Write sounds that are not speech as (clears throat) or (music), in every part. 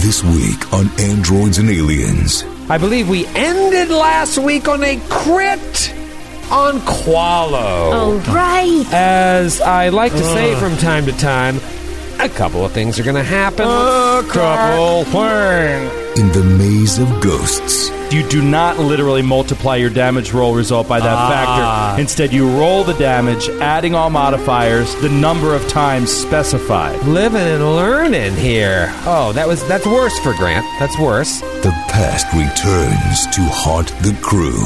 This week on Androids and Aliens. I believe we ended last week on a crit on Qualo. All right. As I like to say from time to time, a couple of things are going to happen. A couple. In the maze of ghosts, You do not literally multiply your damage roll result by that factor. Instead, you roll the damage, adding all modifiers, the number of times specified. Living and learning here. Oh, that was that's worse for Grant. That's worse. the past returns to haunt the crew.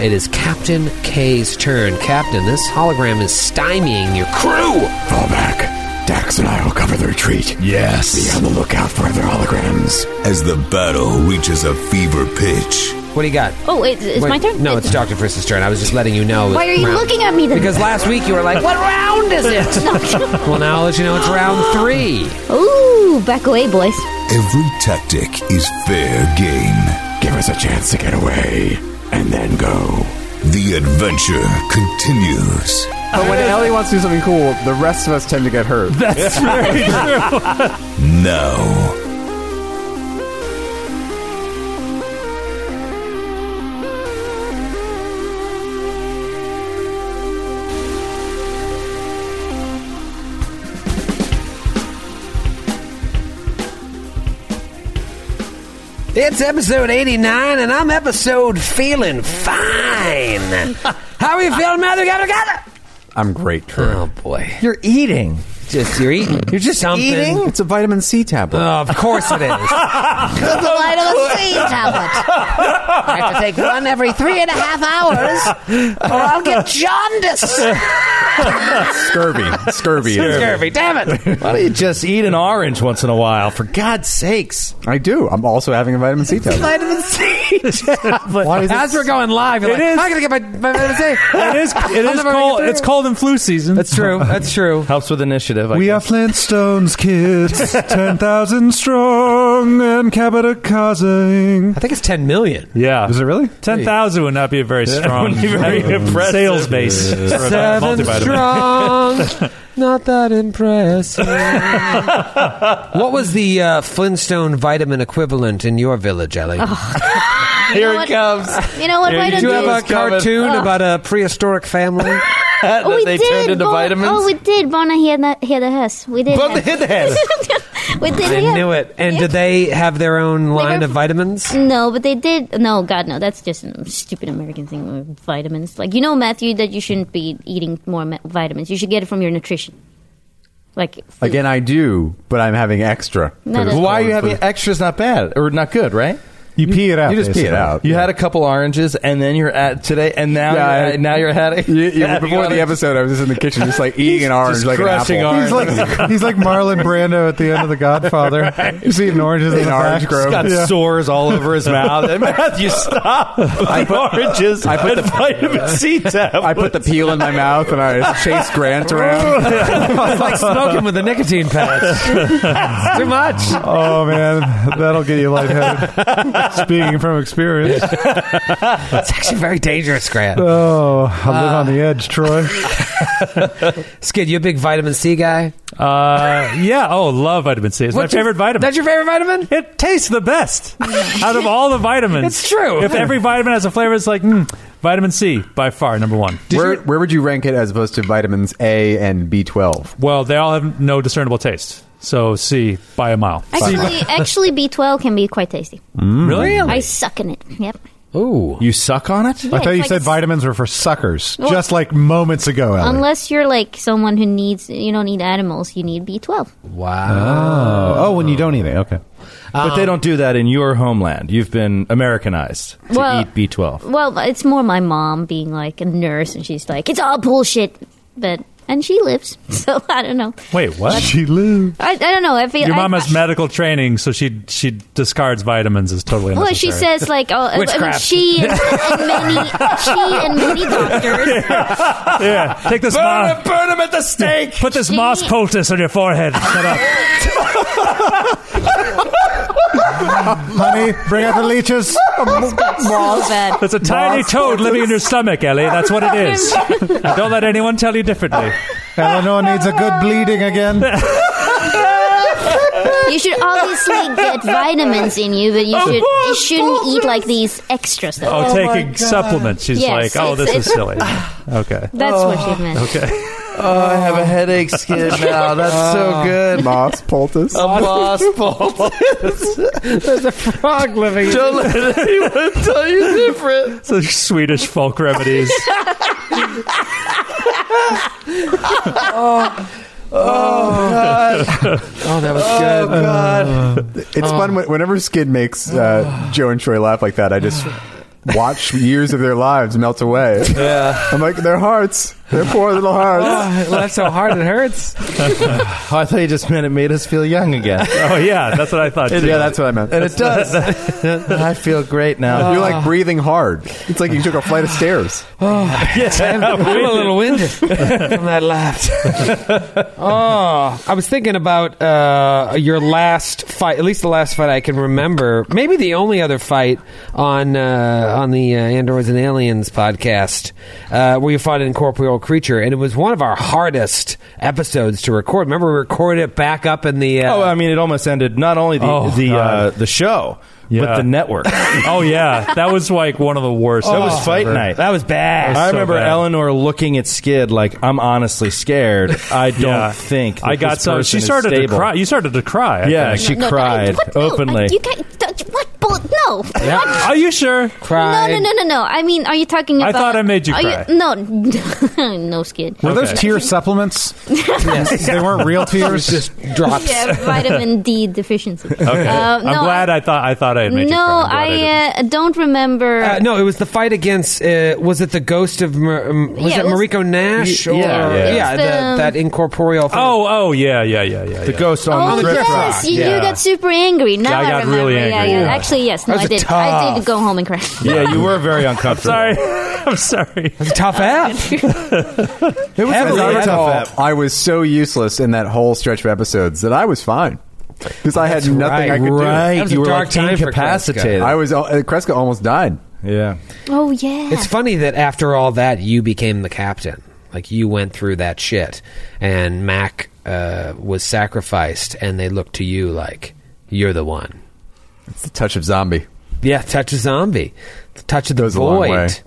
It is Captain K's turn. Captain, this hologram is stymieing your crew. Fall back. Dax and I will cover the retreat. Be Yes. on the lookout for other holograms. As the battle reaches a fever pitch, What do you got? Oh, it's, it's Wait, my turn. No, it's Dr. Frisk's turn. I was just letting you know. Why are you Round- looking at me then? Because last week you were like, what round is it? well, now I'll let you know it's round three. Ooh, back away, boys. every tactic is fair game. Give us a chance to get away, and then go. The adventure continues. But when Ellie wants to do something cool, the rest of us tend to get hurt. Now. It's episode 89, and I'm episode feeling fine. How are you feeling, Matthew? Gather, gather. I'm great, Oh, boy. You're eating. Just, you're eating. You're just something. It's a vitamin C tablet. Oh, of course it is. The light of the sea (laughs) tablet. I have to take one every three and a half hours, or I'll get jaundice. scurvy. Scurvy. Scurvy, damn it. Why don't you just eat an orange once in a while? For God's sakes. I do. I'm also having a vitamin C tablet. Vitamin C. Why is it- As we're going live, you're It like, is- I'm going to get my, my vitamin C. It is. It I'll is never make cold. it through. It's cold in flu season. That's true. That's true. Helps with initiative. I We are guess. Flintstones kids, (laughs) ten thousand strong and capita causing. I think it's 10 million. Yeah, Is it really? ten thousand would not be a very strong wouldn't be very impressive. sales base. for a Seven multivitamin. strong. Not that impressive. what was the uh, Flintstone vitamin equivalent in your village, Ellie? Here know it what? comes. You know what? Yeah, Why you don't Did you have a It's coming. cartoon about a prehistoric (laughs) family? Oh, we they did. turned into Bona- vitamins. Oh, we did. Bona hear the hear the hiss. We did. Bona hear the (laughs) hiss. we did. I hear- knew it. And did they have their own line were- of vitamins? No, but they did. No, God, no. That's just a stupid American thing with vitamins. Like, you know, Matthew, that you shouldn't be eating more ma- vitamins. You should get it from your nutrition. Like, food. Again, I do, but I'm having extra. 'cause No, no. it's Why are you colored having food. extra's not bad or not good, right? You pee it out. You just pee it basically. out. You Yeah. had a couple oranges, and then you're at today, and now Yeah, you're I- at, now you're at it. (laughs) You- you- before the episode, I was just in the kitchen, just like eating an orange, just like an crushing apple. orange. He's like (laughs) he's like Marlon Brando at the end of The Godfather. He's eating oranges in, In the orange back. grove. got (laughs) Yeah. sores all over his mouth. And Matthew, stop. I put oranges. I put the vitamin C tab. I put the peel in my mouth and I chase Grant around. It's like smoking with a nicotine patch. Too much. Oh man, that'll get you lightheaded. Speaking from experience. It's actually very dangerous, Grant. Uh. Oh, I live on the edge, Troy. Skid, you a big vitamin C guy? Uh, yeah. Oh, love vitamin C. It's What's my your- favorite vitamin. That's your favorite vitamin? It tastes the best out of all the vitamins. It's true. If every vitamin has a flavor, it's like mm, vitamin C by far number one. Where, where would you rank it as opposed to vitamins A and B12? Well, they all have no discernible taste, so C by a mile. (laughs) actually, actually, B12 can be quite tasty. Mm. Really? I suck in it. Yep. Ooh. You suck on it. Yeah, I thought it's you like said s- vitamins were for suckers, Well- just like moments ago, Ellie. Unless you're like someone who needs, you don't need animals, you need B12. Wow. oh, when you don't eat it, okay. But they don't do that in your homeland. You've been Americanized to Well- eat B12. Well, it's more my mom being like a nurse and she's like, it's all bullshit. But, and she lives. (laughs) So I don't know. Wait, what? She lives. I, I don't know. I feel Your I- mom I- has medical training, so she she discards vitamins as totally Well, unnecessary. she says like oh, I mean, Witchcraft. she and, and many she and many (laughs) doctors. yeah, take this moss. burn him at the stake. Put this She- moss poultice on your forehead. Shut up. Honey, bring out the leeches. So bad. That's a tiny toad living in your stomach, Ellie. That's what it (laughs) is. And don't let anyone tell you differently. Eleanor needs a good bleeding again. You should obviously get vitamins in you, but you Of should you course, shouldn't eat like these extra stuff. Oh, taking supplements. She's Yes, like, oh, it's- this is it's- (laughs) silly. Okay. (laughs) That's what she meant. Okay. Oh, I have a headache skin (laughs) now. That's so good. Moss poultice. A moss poultice. There's a frog living. Don't let anyone tell you different. So Swedish folk remedies. (laughs) Oh, that was good. It's fun when- whenever Skid makes uh, Joe and Troy laugh like that. I just watch years of their lives melt away. yeah. I'm like their hearts, their poor little hearts. I laughed so hard it hurts. I thought you just meant it made us feel (laughs) young again. Oh yeah, that's what I thought. Too. Yeah, that's what I meant. And it does. (laughs) I feel great now. You're like breathing hard. It's like you took a flight of stairs. (laughs) I'm a little winded from that laugh. (laughs) oh, I was thinking about uh, your last fight, at least the last fight I can remember. Maybe the only other fight on uh, on the uh, Androids and Aliens podcast uh, where you fought an incorporeal creature, and it was one of our hardest episodes to record. Remember, we recorded it back up in the. Uh, Oh, I mean, it almost ended not only the Oh, the, uh, God. the show, Yeah. but the (laughs) network. that oh yeah, that was like one of the worst. was episodes fight ever. night. that was bad. I so remember bad. Eleanor looking at Skid like, "I'm honestly scared. I don't Yeah. think that I got this so person she is started to stable." cry. You started to cry. I Yeah, think. she No, no, cried I- what? No, I- openly. you can't. don't- What? Bull- no. Are you sure? No, Cried. no, no, no, no. I mean, are you talking I about? thought I made you are cry. no, (laughs) no, skid. Were those Okay. tear supplements? yes. They weren't real tears. just Drops. Yeah, vitamin D deficiency. (laughs) Okay. Uh, no, I'm glad I, thought I thought I had made you no, cry. I'm glad didn't. I uh, don't remember. Uh, no, it was the fight against. Uh, was it the ghost of? Mar- um, was Yeah, it it was- Mariko Nash? Or, yeah. yeah, Yeah. the- Um, that incorporeal. uh, thing. Oh, oh, yeah, yeah, yeah, (laughs) yeah. the yeah. ghost on Oh the thrift yes, rock. you, Yeah. you got super angry. Now Yeah, I got remember. really Yeah, angry, yeah. yeah. Actually, yes. No, That I was did. a I tough- did go home and cry. Yeah, you were very uncomfortable. Sorry, (laughs) I'm sorry. tough app. (laughs) it was As heavily I, at all. recall, I was so useless in that whole stretch of episodes that I was fine because I had That's nothing I right, could Right, That was a you were dark like time for incapacitated. do. I was al- uh, Kreska almost died. yeah, (laughs) Oh yeah. It's funny that after all that, you became the captain. Like you went through that shit, and Mac uh, was sacrificed, and they looked to you like you're the one. It's the touch of zombie. Yeah, touch a zombie, the touch of the Goes a long way. void.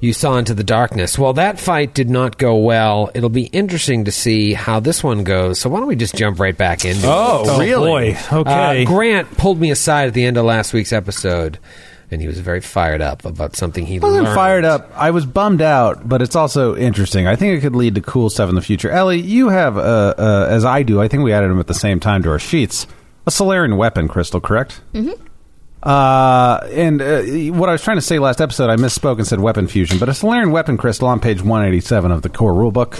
You saw into the darkness. Well, that fight did not go well. It'll be interesting to see how this one goes. So why don't we just jump right back into it? Oh, really? boy. Okay. Uh, Grant pulled me aside at the end of last week's episode, and he was very fired up about something he I wasn't learned. fired up. I was bummed out, but it's also interesting. I think it could lead to cool stuff in the future. Ellie, you have, uh, uh, as I do, I think we added them at the same time to our sheets, a Solarian weapon crystal, correct? Mm-hmm. Uh, and uh, what I was trying to say last episode, I misspoke and said weapon fusion, but a Solarian weapon crystal on page 187 of the core rulebook.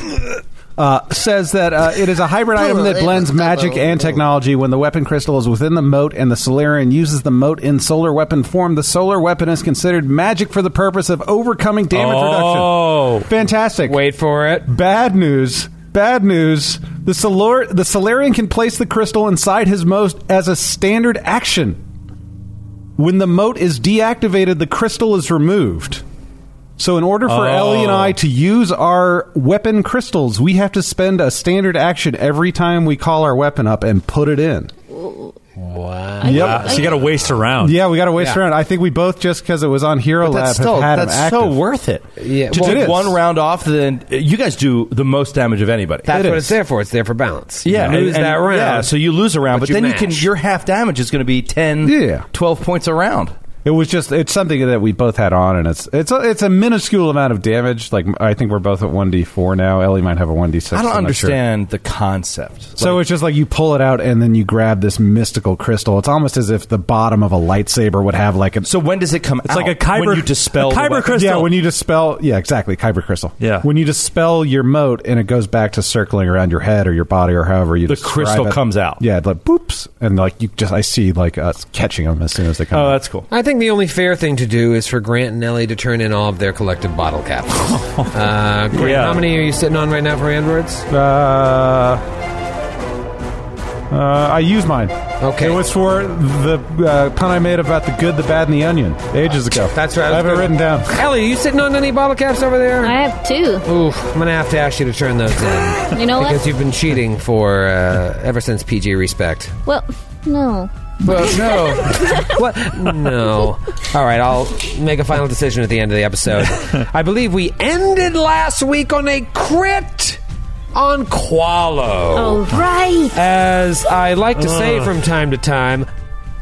Uh, says that uh, it is a hybrid item that blends magic and technology. When the weapon crystal is within the moat and the Solarian uses the moat in solar weapon form, the solar weapon is considered magic for the purpose of overcoming damage Oh. reduction. Fantastic. Wait for it. Bad news. Bad news. The, Solar- the Solarian can place the crystal inside his moat as a standard action. When the moat is deactivated, the crystal is removed. So, in order for Oh. Ellie and I to use our weapon crystals, we have to spend a standard action every time we call our weapon up and put it in. Wow. Wow, so you got to waste around. Yeah, we got to waste Yeah. around. I think we both just because it was on Hero but Lab that's have still had that's them so active. worth it. Yeah, to well, take it is. one round off, then you guys do the most damage of anybody. That's It what is. it's there for. It's there for balance. Yeah, You lose and- that and- round. Yeah, so you lose a round, but but, you then you can mash. your half damage is going to be 10, Yeah. 12 points a round. It was just it's something that we both had on, and it's it's a, it's a minuscule amount of damage. Like I think we're both at one d four now. Ellie might have a one d six. I don't understand the concept. So it's just like you pull it out and then you grab this mystical crystal. It's almost as if the bottom of a lightsaber would have like a so when does it come It's out? like a kyber when you dispel a the kyber weapon? crystal. Yeah, when you dispel, yeah, exactly, kyber crystal. Yeah. when you dispel your moat and it goes back to circling around your head or your body or however you The describe crystal it. comes out. Yeah, like boops, and like you just I see like us catching them as soon as they come. Oh, out. that's cool. I think the only fair thing to do is for Grant and Ellie to turn in all of their collective bottle caps. uh, Grant, Yeah. how many are you sitting on right now for androids? Uh, uh, I use mine. Okay. It was for the uh, pun I made about the good, the bad, and the onion ages ago. That's right. I have it Good. written down. Ellie, are you sitting on any bottle caps over there? I have two. Oof, I'm gonna have to ask you to turn those in You know because what? you've been cheating for uh, ever since PG Respect. Well, no. Well, no. (laughs) what? No. All right, I'll make a final decision at the end of the (laughs) episode. I believe we ended last week on a crit on Qualo. Oh, right. As I like to say from time to time,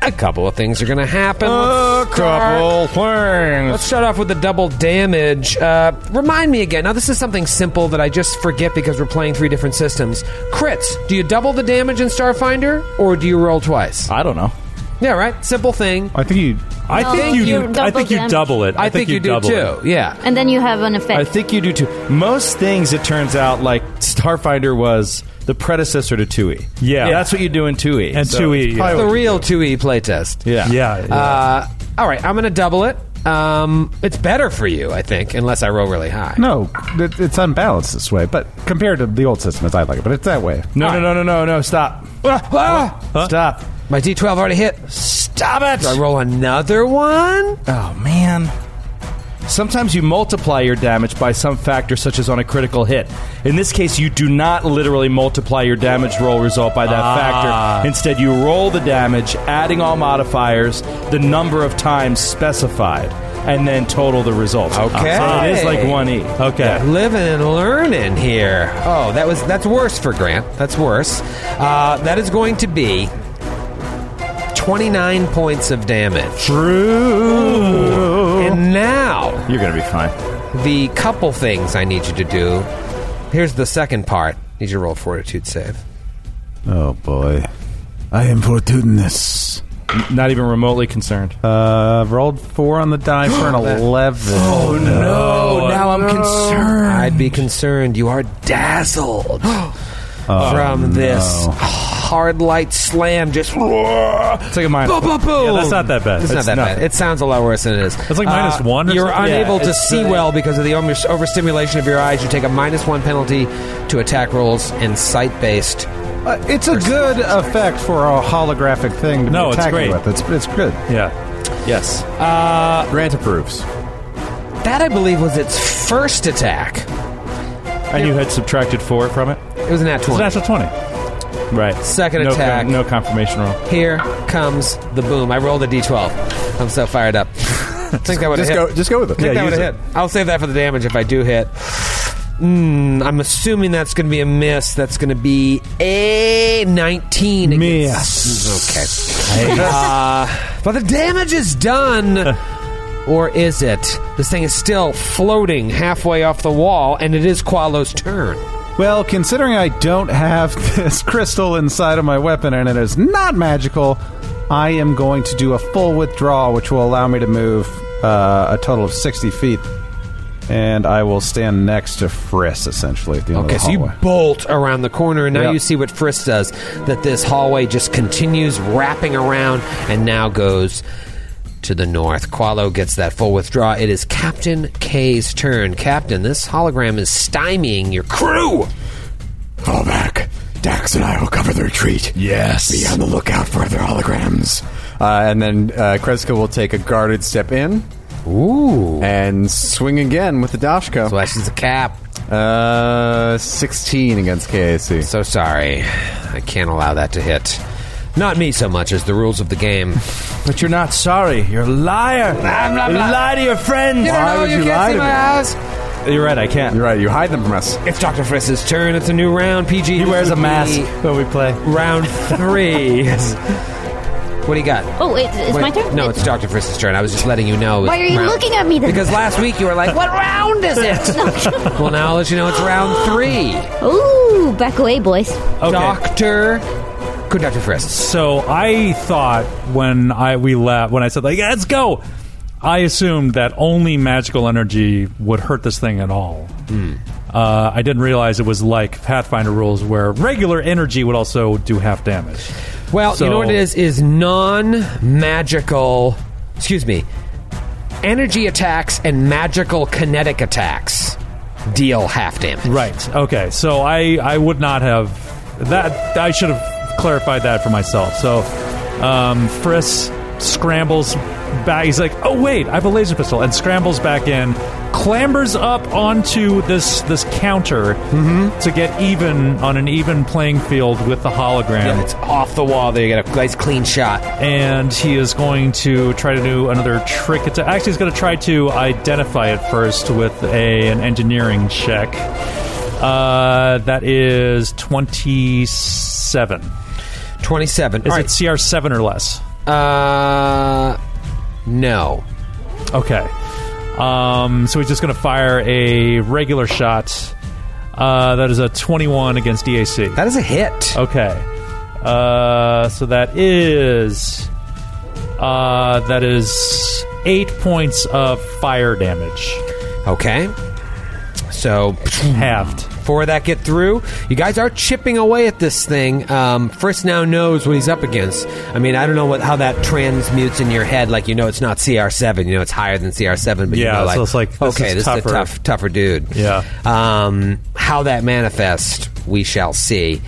a couple of things are going to happen. A Let's start- couple things. Let's start off with the double damage. Uh, remind me again. Now, this is something simple that I just forget because we're playing three different systems. Crits. Do you double the damage in Starfinder, or do you roll twice? I don't know. Yeah, right? Simple thing. I think you. I No, think you you. I double think you damage. double it. I, think, you, do double too. it. Yeah. And then you have an I effect. think you do too. Most things, it turns out, like Starfinder was the predecessor to Tui. Yeah. that's what you do in Tui. And Tui, it's yeah. probably The what- real 2E playtest. yeah, Yeah. yeah. Uh, all right, I'm going to double it. Um, it's better for you, I think, unless I roll really high. No, it, it's unbalanced this way, but compared to the old system as I like it, but it's that way. No, no, no, no, no, no! Stop! ah! Stop! My D12 already hit. Stop it! Do I roll another one? Oh man. Sometimes you multiply your damage by some factor, such as on a critical hit. In this case, you do not literally multiply your damage roll result by that factor. Instead, you roll the damage, adding all modifiers, the number of times specified, and then total the result. Okay. So it is like E. 1E. Okay. Living and learning here. Oh, that was that's worse for Grant. That's worse. Uh, that is going to be 29 points of damage. True. And now You're going to be fine. the couple things I need you to do. Here's the second part. Need you to roll a fortitude save. Oh boy, I am fortunatus. Not even remotely concerned. uh, I've rolled four on the die (gasps) for an eleven. Oh oh, now I'm concerned. I'd be concerned. You are dazzled (gasps) Oh, from this hard light slam. Just It's like a minus. Boom, boom, boom. Yeah, that's not that bad. It's, It's not that nothing. bad. It sounds a lot worse than it is. Uh, It's like minus one or You're something? unable Yeah, to it's, see uh, well because of the over- overstimulation of your eyes. You take a minus one penalty to attack rolls and sight based. Uh, it's a good effect for a holographic thing to No, be it's attacking great. with. It's it's good. yeah. Yes. Uh, Grant approves. That I believe was its first attack. And you had subtracted four from it? It was an at It's a twenty. natural twenty. Right. Second No con- attack. no confirmation roll. Here comes the boom. I rolled a d12. I'm so fired (laughs) up. I think that would have Just hit. go, just go with it. I think that use would have hit. I'll save that for the damage if I do hit. Mm, I'm assuming that's going to be a miss. That's going to be a 19. Miss. Okay. Uh, but the damage is (laughs) done. or is it? This thing is still floating halfway off the wall, and it is Qualo's turn. Well, considering I don't have (laughs) this crystal inside of my weapon and it is not magical, I am going to do a full withdrawal, which will allow me to move uh, a total of 60 feet. And I will stand next to Friss, essentially, at the end Okay, of the so you hallway. bolt around the corner, and now Yep. you see what Frisk does. That this hallway just continues wrapping around, and now goes to the north. Qualo gets that full withdraw. It is Captain K's turn. Captain, this hologram is stymieing your crew. Fall back. Dax and I will cover the retreat. Yes. Be on the lookout for other holograms. Uh, and then uh, Kreska will take a guarded step in Ooh, and swing again with the Dashko. flashes the cap. Uh, 16 against KAC. So sorry, I can't allow that to hit. Not me so much as the rules of the game. But you're not sorry. You're a liar. blah, You blah. lie to your friends. Why would you lie to me? You're right. I can't. You're right. You hide them from us. It's Dr. Frisk's turn. It's a new round. PG. He wears a This would mask be when we play. Round (laughs) three. what do you got? oh, wait, it's my Wait, turn? No, it's Dr. Frisk's turn. I was just letting you know. it was Why are you round- looking at me then? Because last week you were like, what round is (laughs) it? well, now I'll let you know it's round three. Ooh, back away, boys. Doctor. Good Dr. Frisk. So I thought when I we left when I said like let's go, I assumed that only magical energy would hurt this thing at all. Hmm. Uh, I didn't realize it was like Pathfinder rules where regular energy would also do half damage. Well, you know So- what it is? Is non magical. Excuse me. Energy attacks and magical kinetic attacks deal half damage. Right. Okay. So I I would not have that. I should have clarified that for myself. So Um, Friss scrambles back. He's like, "Oh wait, I have a laser pistol," and scrambles back in, clambers up onto this this counter to get even on an even playing field with the hologram Yeah, it's off the wall. There, you got a nice clean shot. and he is going to try to do another trick attack. Actually, he's going to try to identify it first with a an engineering check. Uh, that is twenty seven. Twenty-seven. Is All it right. CR seven or less? Uh, no. Okay. Um, so he's just going to fire a regular shot. Uh, that is a twenty one against DAC. That is a hit. Okay. Uh, so that is uh, that is eight points of fire damage, Okay. So halved. before that get through, you guys are chipping away at this thing. Um, Frisk now knows what he's up against. I mean, I don't know what how that transmutes in your head. Like you know, it's not CR seven. You know, it's higher than CR seven. But you Yeah, know, like, so it's like, this okay, is this is a tougher. tough, tougher dude. Yeah. Um, how that manifests, we shall see.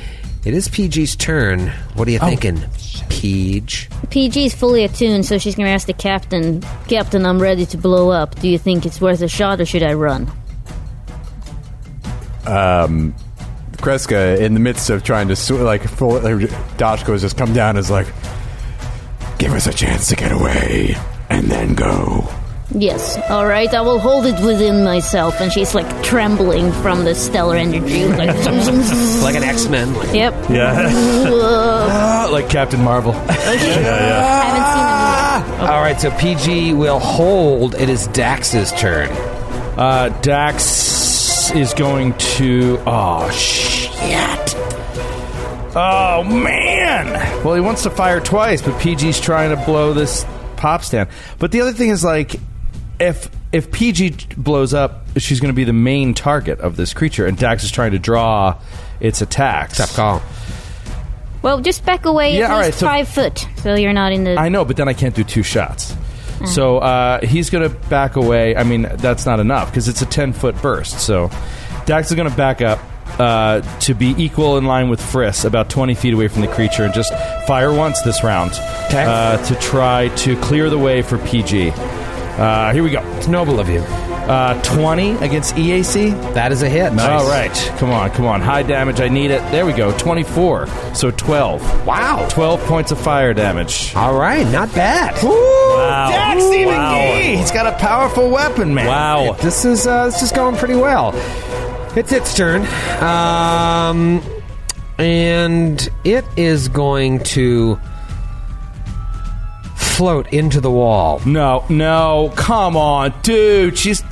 It is PG's turn. What are Oh. you thinking, PG? PG is fully attuned, so she's gonna ask the captain, Captain, I'm ready to blow up. Do you think it's worth a shot or should I run? Kreska, in the midst of trying to sw- like full, like, Dashko has just come down and is like, Give us a chance to get away and then go. Yes. All right, I will hold it within myself. And she's like trembling from the stellar (laughs) energy. Like, zoom, zoom, zoom. Like an X Men? yep. (laughs) Yeah. Whoa. Ah, like Captain Marvel. I haven't seen him. yet. All right, so PG will hold. It is Dax's turn. Uh, Dax is going to. Oh shit! Oh man! Well, he wants to fire twice, but PG's trying to blow this pop stand. But the other thing is like, if if PG blows up, she's going to be the main target of this creature, and Dax is trying to draw its attacks. Tough call. Well, just back away Yeah, at all least right, so- five foot, so you're not in the. I know, but then I can't do two shots. So uh, he's going to back away. I mean, that's not enough because it's a 10 foot burst. So Dax is going to back up uh, to be equal in line with Friss, about 20 feet away from the creature, and just fire once this round uh, to try to clear the way for PG. Uh, here we go. It's noble of you. Uh, 20 against EAC. That is a hit. All right, come on, come on. High damage, I need it. There we go. 24, so 12. Wow. 12 points of fire damage. All right, not bad. Wow. Dax even gay. He's got a powerful weapon, man. Wow. This is uh, this is going pretty well. It's its turn, um, and it is going to float into the wall. No, no, come on, dude. She's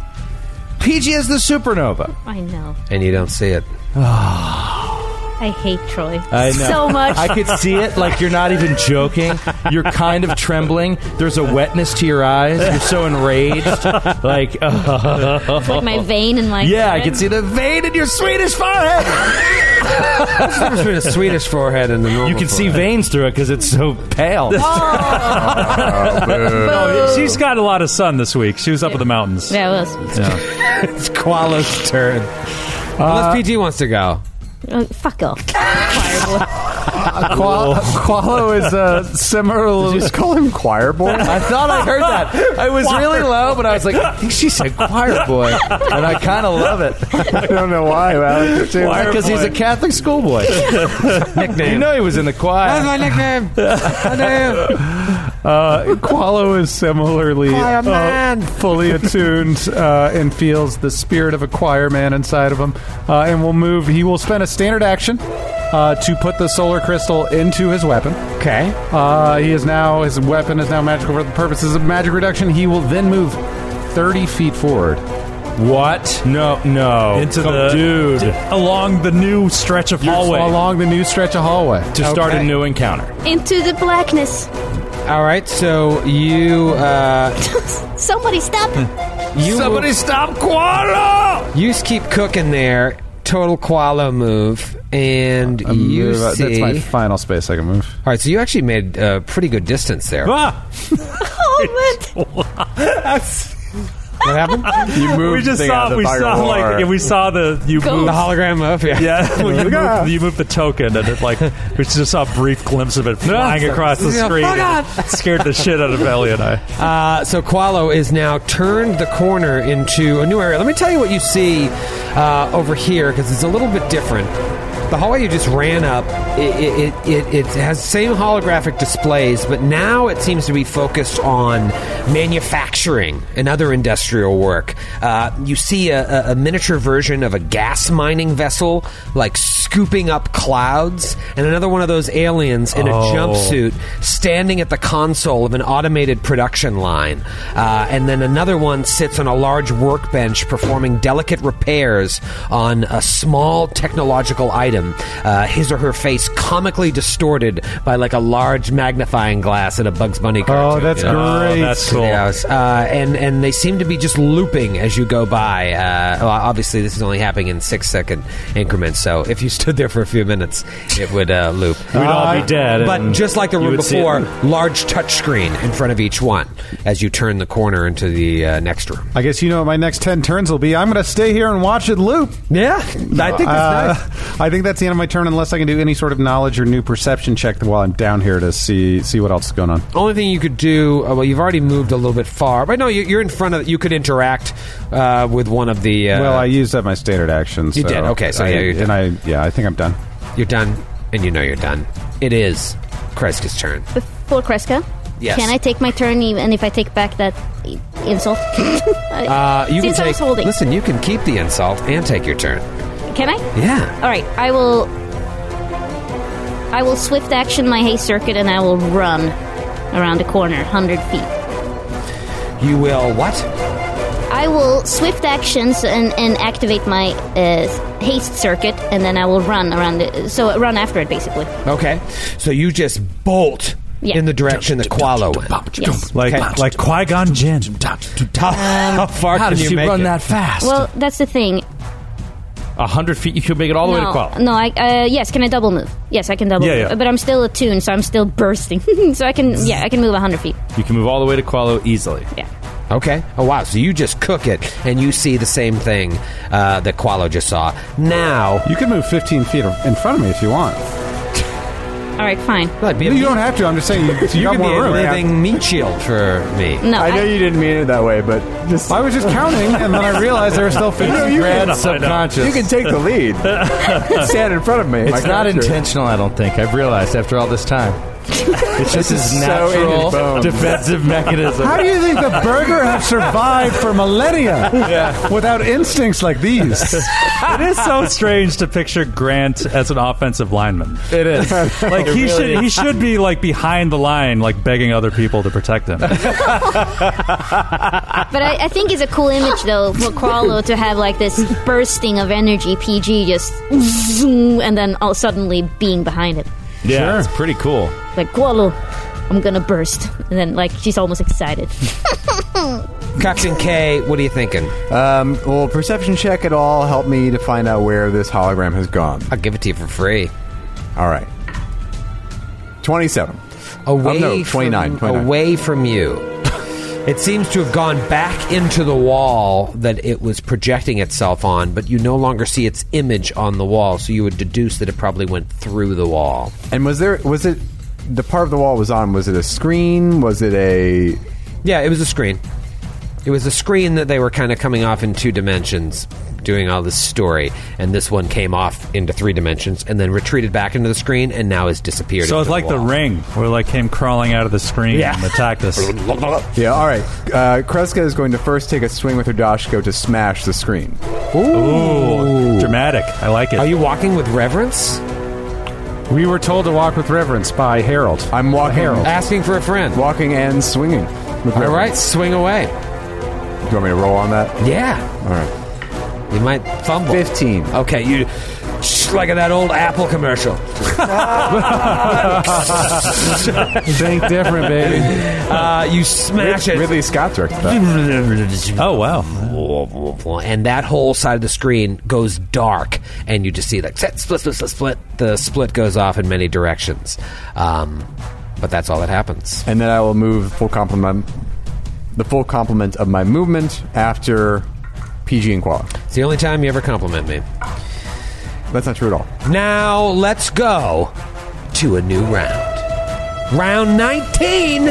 PG is the supernova. I know. And you don't see it. I hate Troy I know. so much. I could see it. Like you're not even joking. You're kind of trembling. There's a wetness to your eyes. You're so enraged. Like, uh, It's like my vein in my. yeah, I forehead. can see the vein in your Swedish forehead. There's a difference between a Swedish forehead and the normal. (laughs) You can see forehead. veins through it because it's so pale. She's got a lot of sun this week. She was up in the mountains. Yeah, it was. it's Koala's turn. Uh, Unless PG wants to go. Oh, fuck off. Fireball. Qual- Qualo is uh, similarly. Did you just call him choir boy? I thought I heard that. I was really low, but I was like, I think she said choir boy, and I kind of love it. I don't (laughs) know why. but I like it too. Because he's a Catholic (laughs) schoolboy. Nickname. You know he was in the That's choir. my nickname. I know. Uh, Qualo is similarly Choir uh, man. fully attuned uh, and feels the spirit of a choir man inside of him, uh, and will move. He will spend a standard action uh, to put the solar crystal into his weapon. Okay. Uh, he is now his weapon is now magical for the purposes of magic reduction. He will then move thirty feet forward. What? No, no. Into Come- the dude along the new stretch of hallway. along the new stretch of hallway. to start a Okay. new encounter. Into the blackness. (laughs) All right. So you uh, Somebody stop him. you will- stop Qualo! You just keep cooking there. Total koala move, and you Move out- see. That's my final space I can move. All right, so you actually made a pretty good distance there. Ah! Oh, man. What happened? You moved we just the thing saw out of the we fire saw like war. yeah, we saw the you Ghost. moved, The hologram of yeah. yeah (laughs) well, you, Yeah. moved, you moved the token and it like we just saw a brief glimpse of it flying across the Yeah, screen fuck and scared the shit out of Ellie and I Uh, so Qualo is now turned the corner into a new area. Let me tell you what you see uh, over here because it's a little bit different. The hallway you just ran up, it, it, it, it has same holographic displays, but now it seems to be focused on manufacturing and other industrial work. Uh, you see a, a, a miniature version of a gas mining vessel, like scooping up clouds, and another one of those aliens in a Oh. jumpsuit standing at the console of an automated production line. Uh, and then another one sits on a large workbench performing delicate repairs on a small technological item, uh, his or her face comically distorted by like a large magnifying glass in a Bugs Bunny Oh, cartoon. that's you know? great. that's cool Yeah, it's, uh, and and they seem to be just looping as you go by. Uh, well, obviously, this is only happening in six second increments, so if you (laughs) stood there for a few minutes, it would uh, loop. We'd all be dead. But and just like the you room would see it. before, large touchscreen in front of each one as you turn the corner into the uh, next room. I guess you know what my next 10 turns will be. I'm going to stay here and watch it loop. Yeah, I think that's Uh, nice. I think that's the end of my turn, unless I can do any sort of knowledge or new perception check while I'm down here to see see what else is going on. Only thing you could do, uh, well, you've already moved a little bit far, but no, you, you're in front of. You could interact uh, with one of the. Uh, well, I used up my standard action. You so did, okay, so I- yeah, you're and done. I yeah, I think I'm done. you're done, and you know you're done. It is Kreska's turn. Before Kreska, Yes. can I take my turn? e- And if I take back that i- insult, Uh, you Since can I take. was holding. Listen, you can keep the insult and take your turn. can I? Yeah. All right, I will. I will swift action my hay circuit, and I will run around a corner, hundred feet. You will what? I will swift actions and, and activate my uh, haste circuit, and then I will run around. The, so run after it, basically. Okay. So you just bolt Yeah. in the direction that Qualo went. Yes. like Okay. like Qui Gon Jinn How, how far How can does you she make run it? that fast? Well, that's the thing. a hundred feet. You could make it all the way to No, Qual. no. I uh, yes, can I double move? Yes, I can double. move. Yeah, yeah. But I'm still attuned, so I'm still bursting. (laughs) so I can yeah, I can move hundred feet. You can move all the way to Qualo easily. Yeah. Okay. Oh wow. So you just cook it, and you see the same thing uh, that Qualo just saw. Now, You can move 15 feet in front of me if you want. All right, fine. That'd be a you meat- don't have to. I'm just saying you, you, you got could be more a room. living meat shield for me. No, I know I- you didn't mean it that way, but just (laughs) I was just counting, and then I realized there were still 15 know, you grand can- subconscious. you can take the (laughs) lead. Stand in front of me. My It's not character. intentional, I don't think. I've realized after all this time. It's just his so in natural his bones. defensive mechanism. How do you think the burger have survived for (laughs) millennia without instincts like these? it is so strange to picture Grant as an offensive lineman (laughs) it is? like he should he should be like behind the line like begging other people to protect him but I, I think it's a cool image though for Qualo to have (laughs) like this bursting of energy, PG just zoom, and then all suddenly being behind it. Yeah, it's pretty cool. Like Qualo, I'm gonna burst, and then like she's almost excited. Captain K, what are you thinking? Um, will perception check at all help me to find out where this hologram has gone? I'll give it to you for free. All right. 27. Away Um, no, 29, from 29. away from you. It seems to have gone back into the wall that it was projecting itself on, but you no longer see its image on the wall, so you would deduce that it probably went through the wall. And was there was it the part of the wall it was on was it a screen? Was it a Yeah, it was a screen. It was a screen that they were kind of coming off in two dimensions, doing all this story, and this one came off into three dimensions and then retreated back into the screen and now has disappeared. so into it's like the wall. ring where like came crawling out of the screen and attacked us Yeah, all right. Uh, Kreska is going to first take a swing with her dashko to smash the screen. Ooh, dramatic I like it Are you walking with reverence? We were told to walk with reverence by Harold. I'm walking Asking for a friend. walking and swinging. with All her. right, swing away. Do you want me to roll on that? Yeah, All right. you might fumble. 15. Okay, you shh, like in that old Apple commercial. Think different, baby. Uh, you smash it. Ridley Scott directed that. oh wow and that whole side of the screen goes dark, and you just see like set, split, split, split, split. The split goes off in many directions, um, but that's all that happens. And then I will move full complement the full complement of my movement after PG and Qual. It's the only time you ever compliment me. That's not true at all. Now let's go to a new round. Round (laughs) 19.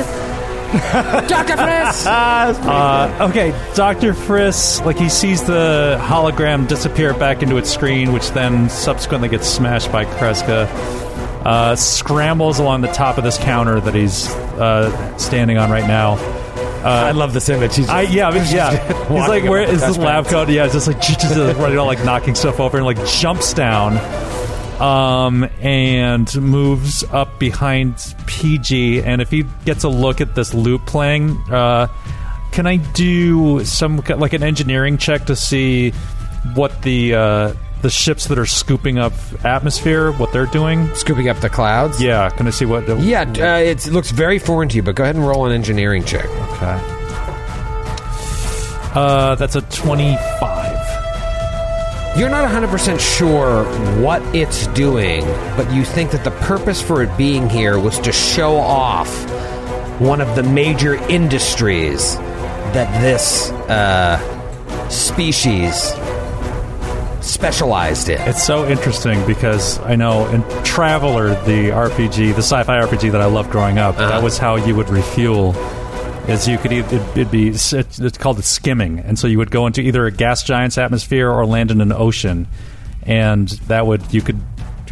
Dr. Friss. Uh, okay, Dr. Friss, like he sees the hologram disappear back into its screen, which then subsequently gets smashed by Kreska. Uh, scrambles along the top of this counter that he's uh, standing on right now. I love this image. He's I, yeah, I mean, yeah. He's like, Walking where around is with this lab coat? Yeah, it's just like (laughs) just running out, like knocking stuff over, and like jumps down, um, and moves up behind PG. And if he gets a look at this loop playing, uh, can I do some ki- like an engineering check to see what the uh, the ships that are scooping up atmosphere, what they're doing? Scooping up the clouds. Yeah, can I see what? Yeah, uh, it's- it looks very foreign to you, but go ahead and roll an engineering check. Okay. Uh, that's a twenty-five. You're not 100% sure what it's doing, but you think that the purpose for it being here was to show off one of the major industries that this uh, species specialized in. It's so interesting because I know in Traveler, the RPG, the sci-fi RPG that I loved growing up, that was how you would refuel. Is you could either it'd be it's called it skimming, and so you would go into either a gas giant's atmosphere or land in an ocean, and that would you could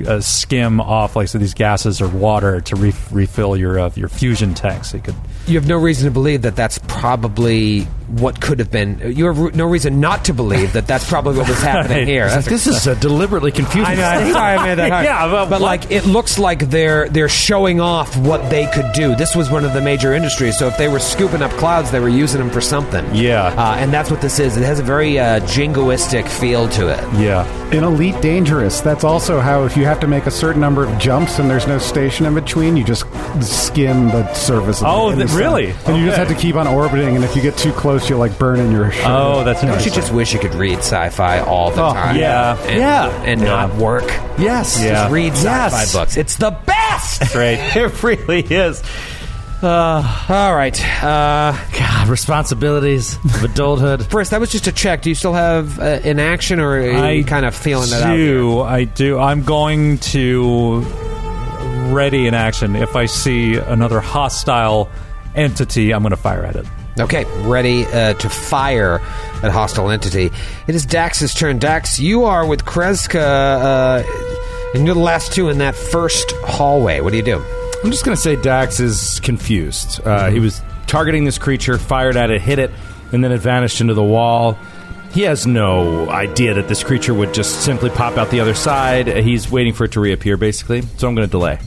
uh, skim off like so these gases or water to re- refill your uh, your fusion tanks. You could You have no reason to believe that that's probably what could have been. You have no reason not to believe that that's probably what (laughs) was happening here. That's This is a deliberately confusing. I know. I'm sorry I made (laughs) that hard. Yeah, but what- like it looks like they're they're showing off what they could do. This was one of the major industries, so if they were scooping up clouds, they were using them for something. Yeah. uh, and that's what this is. It has a very uh, jingoistic feel to it. yeah. In Elite Dangerous, that's also how if you have to make a certain number of jumps and there's no station in between, you just skim the surface. Of Oh, in th- sun. really? And you just Okay. have to keep on orbiting, and if you get too close, you'll like burn in your. Shirt. Oh, that's Don't you interesting. just wish you could read sci-fi all the time? yeah. and, Oh, Yeah. and not work. Yes. Yeah. Just read sci-fi Yes. books. It's the best. Uh, Great. (laughs) It really is. all right, uh, God, responsibilities of adulthood. first that was just a check. Do you still have uh, an action, or are you kind of feeling do, it out? here? I do. I'm going to ready in action. If I see another hostile entity, I'm going to fire at it. Okay, ready uh, to fire at hostile entity. It is Dax's turn. Dax, you are with Kreska, uh, and you're the last two in that first hallway. What do you do? I'm just going to say Dax is confused. Uh, He was targeting this creature, fired at it, hit it, and then it vanished into the wall. He has no idea that this creature would just simply pop out the other side. He's waiting for it to reappear, basically. So I'm going to delay.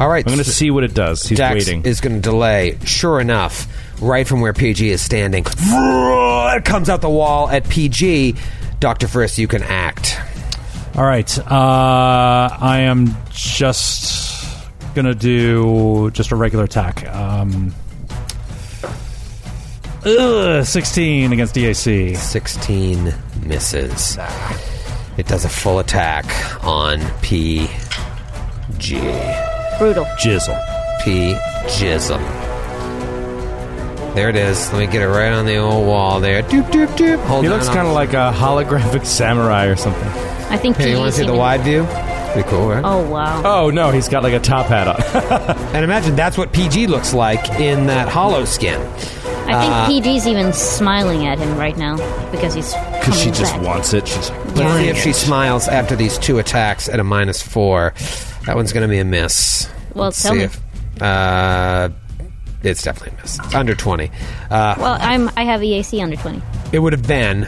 All right, I'm going to see what it does. He's Dax waiting. is going to delay. Sure enough, right from where PG is standing, it comes out the wall at PG. Doctor Frisk, you can act. All right. Uh, I am just going to do just a regular attack. Um, ugh, 16 against DAC. Sixteen misses. It does a full attack on PG. Brutal. Jizzle. P. Jism. There it is. Let me get it right on the old wall there. Doop, doop, doop. Hold He on, looks I'll- kind of like a holographic samurai or something. I think. Hey, you want PE's to see the even- wide view? Pretty cool, right? Oh wow. Oh, no, he's got like a top hat on. And imagine that's what PG looks like in that hollow skin. Uh, I think PG's even smiling at him right now because he's Because she coming just back. wants it. She's like, Let's see "Bring if she it." smiles after these two attacks at a minus four. That one's going to be a miss. Well, Let's tell see me. If, uh, it's definitely a miss. It's under 20. Uh, Well, I'm. I have EAC under twenty. it would have been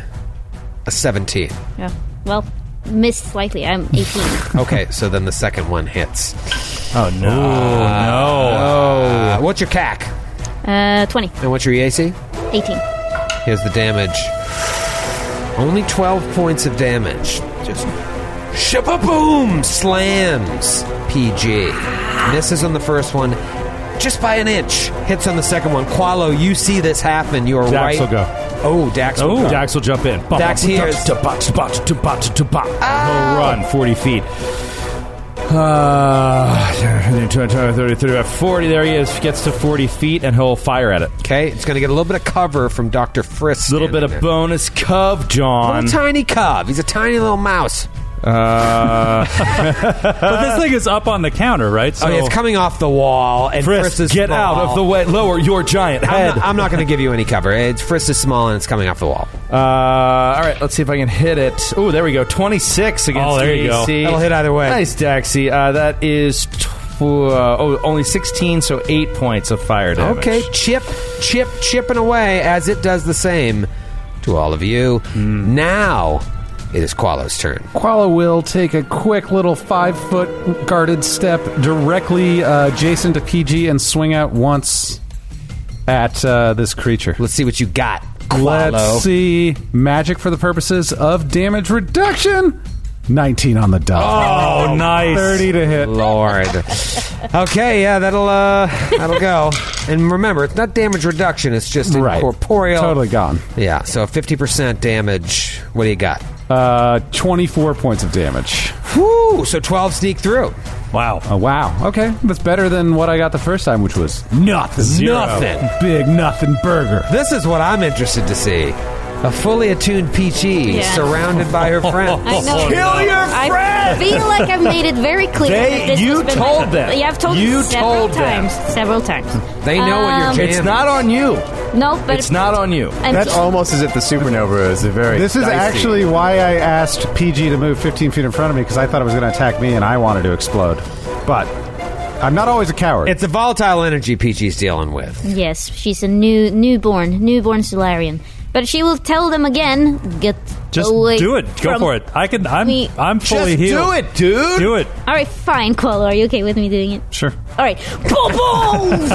a 17. Yeah. Well, missed slightly. I'm eighteen. (laughs) Okay, so then the second one hits. Oh, no. Uh, what's your CAC? uh, twenty. And what's your E EAC? Eighteen. Here's the damage. Only 12 points of damage. Just shababoom! Slams PG. Misses on the first one just by an inch. Hits on the second one. Qualo, you see this happen. You are Dax right. will go. Oh, Dax will go. Dax will jump in. Dax hears- To bot, to bot, to bot, to bot. He'll run 40 feet. Uh, 30, 35, 40. There he is. Gets to 40 feet, and he'll fire at it. Okay, it's going to get a little bit of cover from Dr. Frisk. A little bit of bonus cove, John. Little tiny cub. He's a tiny little mouse. Uh, but this thing is up on the counter, right? oh, yeah, it's coming off the wall, and Frisk, Frisk, is get small. out of the way. Lower your giant I'm head. not, I'm not going to give you any cover. It's Frisk is small and it's coming off the wall. Uh, all right, let's see if I can hit it. Oh, there we go. 26 against Oh, there you go. DC. That'll hit either way. Nice, Daxi. Uh, that is tw- uh, oh, only 16, so 8 points of fire damage. Okay, chip, chip, chipping away as it does the same to all of you. Hmm. Now it is Qualo's turn. Quala will take a quick little five foot guarded step directly uh, adjacent to PG and swing out once at uh, this creature. Let's see what you got, Qualo. Let's see. Magic for the purposes of damage reduction. 19 on the dot. Oh, nice. 30 to hit. (laughs) Lord. Okay, yeah, that'll uh, (laughs) that'll go. And remember, it's not damage reduction; it's just Right. incorporeal. Totally gone. Yeah. So fifty percent damage. What do you got? Uh, 24 points of damage. Whoo! So twelve sneak through. Wow. Oh, wow. Okay. That's better than what I got the first time, which was nothing. Zero. Nothing. Big nothing burger. This is what I'm interested to see. A fully attuned Peachy Yeah. surrounded (laughs) by her friends. I know. Kill your I feel like I've made it very clear. They- that this you has been told my, them. Yeah, I've told them You several told them. times. Several times. They know what Um, you're It's not on you. No, but It's not on you. I'm That's almost as if the supernova is a very. This is dicey- actually why I asked PG to move 15 feet in front of me because I thought it was going to attack me and I wanted to explode. But I'm not always a coward. It's the volatile energy Peachy's dealing with. Yes, she's a new newborn, newborn Solarian. But she will tell them again. Get Just away do it. Go from- for it. I can. I'm. Me. I'm fully Just healed. do it, dude. Do it. All right, fine, Quello. Are you okay with me doing it? sure. All right, boom, boom,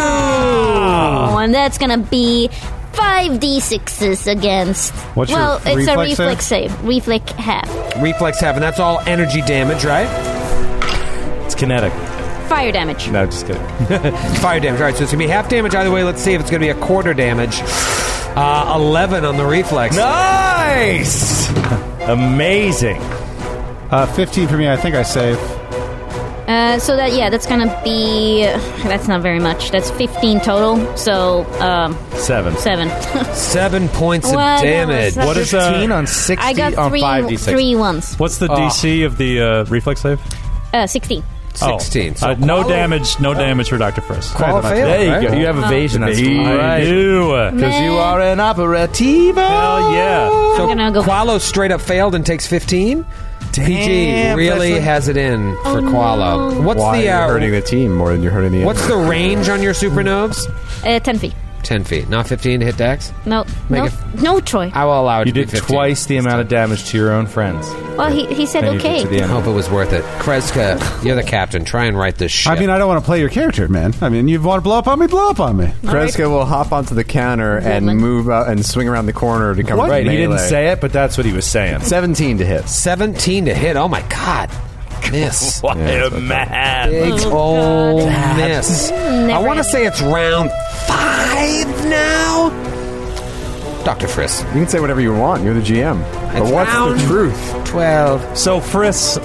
oh, and that's gonna be five d sixes against. What's your well, it's a reflex save? reflex save, reflex half, Reflex heaven. That's all energy damage, right? It's kinetic. fire damage. No, just kidding. Fire damage. All right, so it's going to be half damage either way. Let's see if it's going to be a quarter damage. Uh, 11 on the reflex. Nice! Amazing. Uh, 15 for me, I think I save. Uh, so that yeah, that's gonna be that's not very much. That's fifteen total. So um, Seven. seven. (laughs) Seven points Well, of yeah, damage. that's- What is that? 15 on 60 I got on three 5d6. three ones. uh, What's the DC of the uh, reflex save? Uh, sixteen. Oh. 16. So Uh, no damage. No damage for Dr. Frisk. Qual failed, There you right? go. You have evasion. That's I do. Because you are an operativo. Hell yeah. So I'm gonna go- Qualo straight up failed and takes 15. PG Damn, really that's a- has it in Oh, for Qualo. What's Why the are uh, you hurting the team more than you're hurting the. what's the range on your supernovas? Uh, ten feet. 10 feet, not 15 to hit Dex. No, Make no, it- Ah. no, Troy. I will allow it You to be did 15. twice the amount of damage to your own friends. Well, he, he said than you did okay. to the I enemy. hope it was worth it. Kreska, you're the captain. Try and write this shit. I mean, I don't want to play your character, man. I mean, you want to blow up on me, blow up on me. Kreska will hop onto the counter and Movement. move out and swing around the corner to come Right, melee. he didn't say it, but that's what he was saying. 17 to hit. 17 to hit. Oh my god. Miss. Why a man. Big Oh, old miss. I Never want to ending. say it's round five now. Dr. Frisk. You can say whatever you want. You're the GM. It's but what's round- the truth? 12. So Frisk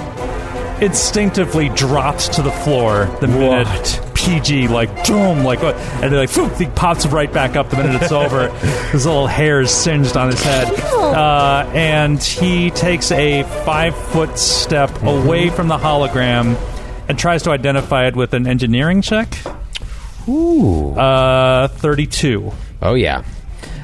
instinctively drops to the floor the minute PG like boom like what and then like phoom, he pops right back up the minute it's over. His little hair is singed on his head, uh, and he takes a five foot step away from the hologram and tries to identify it with an engineering check. Ooh, uh, thirty-two. Oh, yeah.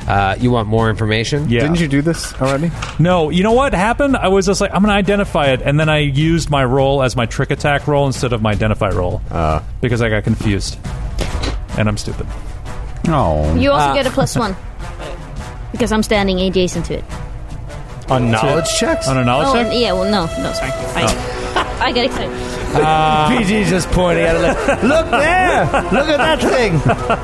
Uh, you want more information? Yeah. Didn't you do this already? No, you know what happened? I was just like, I'm going to identify it, and then I used my roll as my trick attack roll instead of my identify roll uh. because I got confused, and I'm stupid. Oh. You also get a plus one because I'm standing adjacent to it. On knowledge checks? Uh, On a knowledge oh, check, yeah. Well, no, no, sorry. Oh. I, (laughs) I got excited. PG just pointing at it like, look there! Look at that (laughs) thing!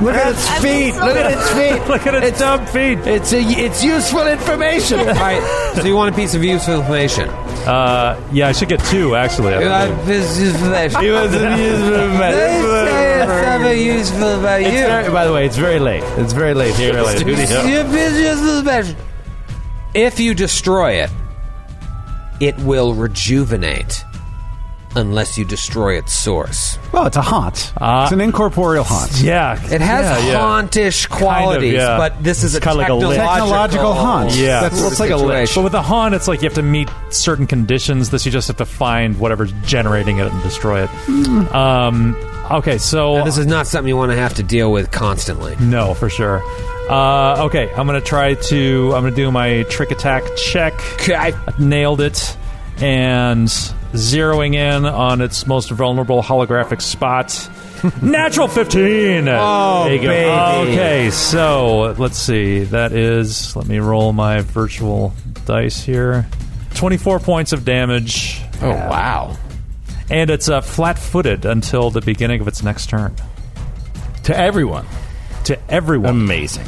Look at its I'm feet! so- (laughs) Look at its feet! look at its, dumb feet. It's a, it's useful information. (laughs) All right. So you want a piece of useful information? Uh, yeah, I should get two actually. I You believe. want a piece of useful information? was a useful Say it's something useful about It's you. very, by the way, it's very late. It's very late. It's very late. Your piece of useful information. If you destroy it, it will rejuvenate unless you destroy its source. Well, it's a haunt. it's an incorporeal haunt. Yeah, It has hauntish qualities, yeah. but this is It's a kinda like a technological, lich. Technological haunt. Yeah, That's Well, it's like a lich. But with a haunt, it's like you have to meet certain conditions. This you just have to find whatever's generating it and destroy it. Um, okay, so this is not something you want to have to deal with constantly. No, for sure. Uh, okay, I'm gonna try to. I'm gonna do my trick attack check. Okay, nailed it, and zeroing in on its most vulnerable holographic spot. Natural fifteen. Oh, There you go. baby. Okay, so let's see. That is. Let me roll my virtual dice here. Twenty-four points of damage. Oh wow! And it's uh, flat-footed until the beginning of its next turn. To everyone. To everyone. Amazing.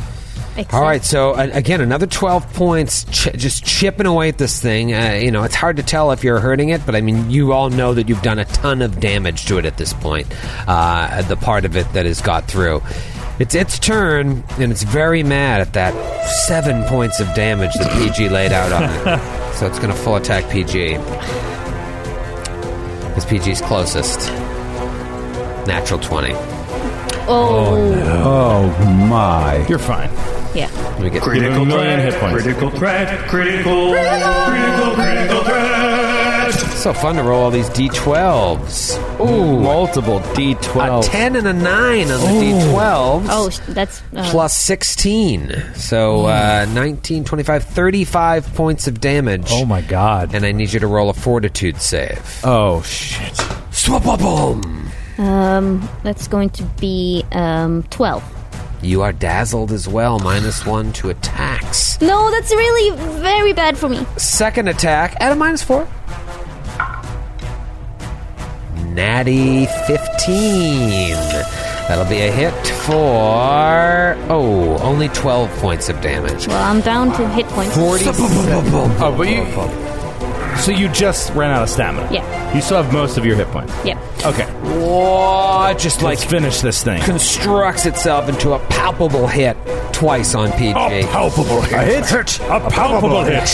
All right, so uh, again, another 12 points, ch- just chipping away at this thing. Uh, you know, it's hard to tell if you're hurting it, but I mean, you all know that you've done a ton of damage to it at this point. Uh, the part of it that has got through. It's its turn, and it's very mad at that seven points of damage that PG laid out on it. so it's going to full attack PG. Because PG's closest. Natural 20. Oh, Oh my! You're fine. yeah. Let me get Critical threat, critical threat, critical, critical, critical threat. So fun to roll all these d12s. Ooh, multiple d12s. A ten and a nine on the Ooh. d12s. Oh, sh- that's uh, Plus 16. So uh, 19, 25, 35 points of damage. Oh my god. And I need you to roll a fortitude save. Oh, shit. Swap boom! Um, that's going to be um twelve. You are dazzled as well, minus one to attacks. No, that's really very bad for me. Second attack at a minus four. Natty 15. That'll be a hit for. Oh, only 12 points of damage. Well, I'm down to hit points. 47. Oh, but you. So you just ran out of stamina. Yeah. You still have most of your hit points. Yeah. Okay. Whoa, just like Let's finish this thing. constructs itself into a palpable hit twice on PG. A palpable hit. A hit. A palpable hit.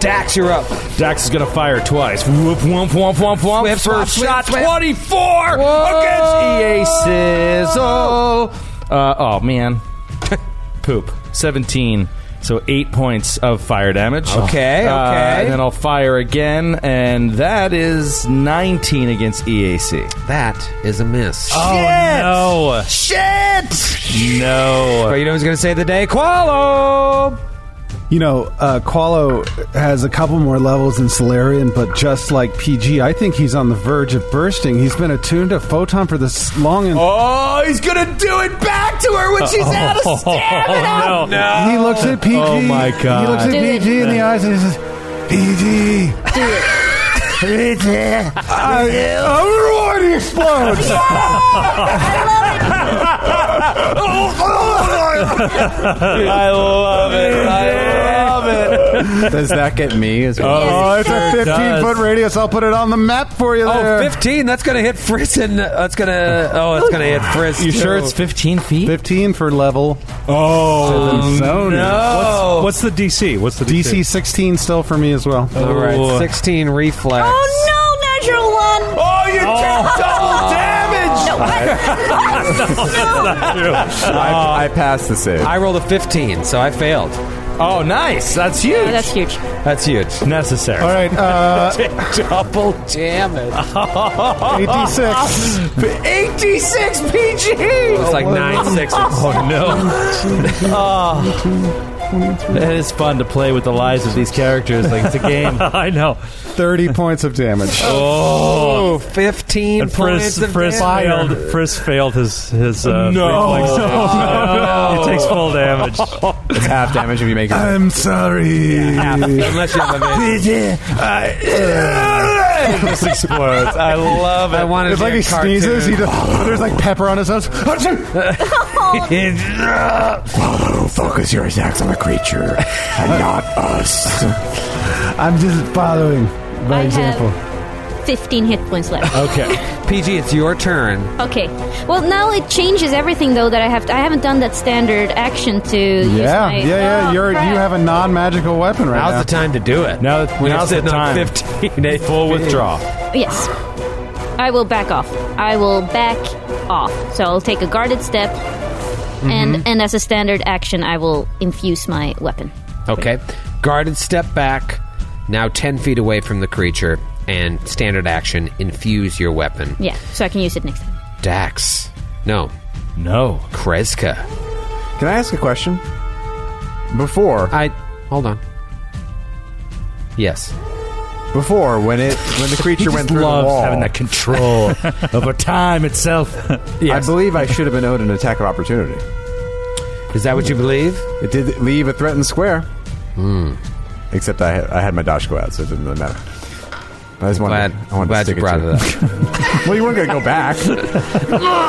Dax, you're up. Dax is going to fire twice. Whoop, whoop, whoop, whoop, whoop. Whip, First swap, shot, whip, whip. 24 against EA Sizzle. Uh, oh, man. (laughs) Poop. 17. So eight points of fire damage. Okay, Uh, okay. and then I'll fire again, and that is 19 against E EAC. That is a miss. Oh, Oh Shit! no! But you know who's going to say the day? Qualo! You know, uh, Qualo has a couple more levels than Solarian, but just like PG, I think he's on the verge of bursting. He's been attuned to Photon for this long and. Oh, he's going to do it back to her when she's out of stamina! no! He looks at PG. Oh, my God. He looks at Do it. PG in the eyes and he says, "PG, PG, I, I'm going to explode." I love it. I love it. Does that get me? As well? Oh, it's a 15 does. foot radius. I'll put it on the map for you there. Oh, 15. That's going to hit Frizz and uh, that's going to Oh, it's going to hit Frizz. You sure it's 15 feet? 15 for level. Oh zone. Oh. Oh. What's, what's the DC? What's the DC 16 still for me as well. All right, 16 reflex. Oh no, natural one. Oh, you took double damage! I, I passed the save. I rolled a 15, so I failed. Oh, nice. That's huge. Oh, that's huge. That's huge. necessary. All right, uh, Double damage. (laughs) 86. 86 PG. It's like nine sixes. Oh no! oh. It is fun to play with the lives of these characters. Like it's (laughs) a game. (laughs) I know. 30 points of damage. Oh, 15 And points Frisk, of Frisk damage. (laughs) failed. Frisk failed his his uh, reflex. (laughs) He takes full damage. It's half damage if you make it. I'm sorry. Unless you have a it just explodes. I love I it. wanted It's to like be he a cartoon. sneezes. He just, there's like pepper on his nose. Achoo! Qualo, focus your attacks on the creature and not us. I'm just following I by example. Uh-huh. have fifteen hit points left. (laughs) Okay. PG, it's your turn. Okay. Well, now it changes everything though that I have. To, I haven't done that standard action to. use Yeah, my- yeah, yeah. Oh, You're crap. you have a non-magical weapon right Now's now. the time to do it. Now, When you're now's the sitting on time. 15, eh? Full withdraw. Yes. I will back off. I will back off. So I'll take a guarded step, Mhm. and Mm-hmm. and as a standard action, I will infuse my weapon. Okay. Guarded step back, now 10 feet away from the creature, and standard action, infuse your weapon. Yeah, so I can use it next time. Dax. No. No. Kreska. Can I ask a question? Before I hold on. Yes. Before when it when the creature He went just through loves the wall, having that control over time (laughs) itself. I believe I should have been owed an attack of opportunity. Is that what you believe? It did leave a threatened square. Except I had, I had my dash go out, so it didn't really matter. I just wanted, I wanted glad to stick you brought it to you. well, you weren't going to go back.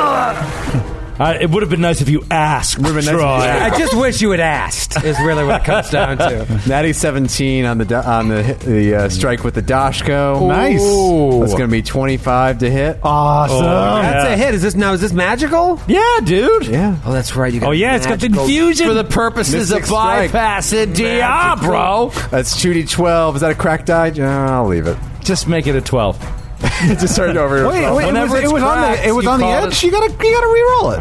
Uh, it would have been nice if you asked. Would nice if you asked. I just wish you had asked. Is really what it comes down (laughs) to. Natty seventeen on the da- on the hit- the uh, strike with the dash go. Nice. Ooh. That's going to be twenty five to hit. Oh. Awesome. That's a hit. Is this now? Is this magical? Yeah, dude. Yeah. Oh, that's right. You got Oh, yeah, it's got the magical- infusion. for the purposes Mystic of Strike. bypassing Diablo. That's two d twelve. Is that a crack die? Uh, I'll leave it. Just make it a 12. just started over. Wait, wait, it Whenever was, it it's was on cracked, the it was you on the call edge. You gotta you gotta reroll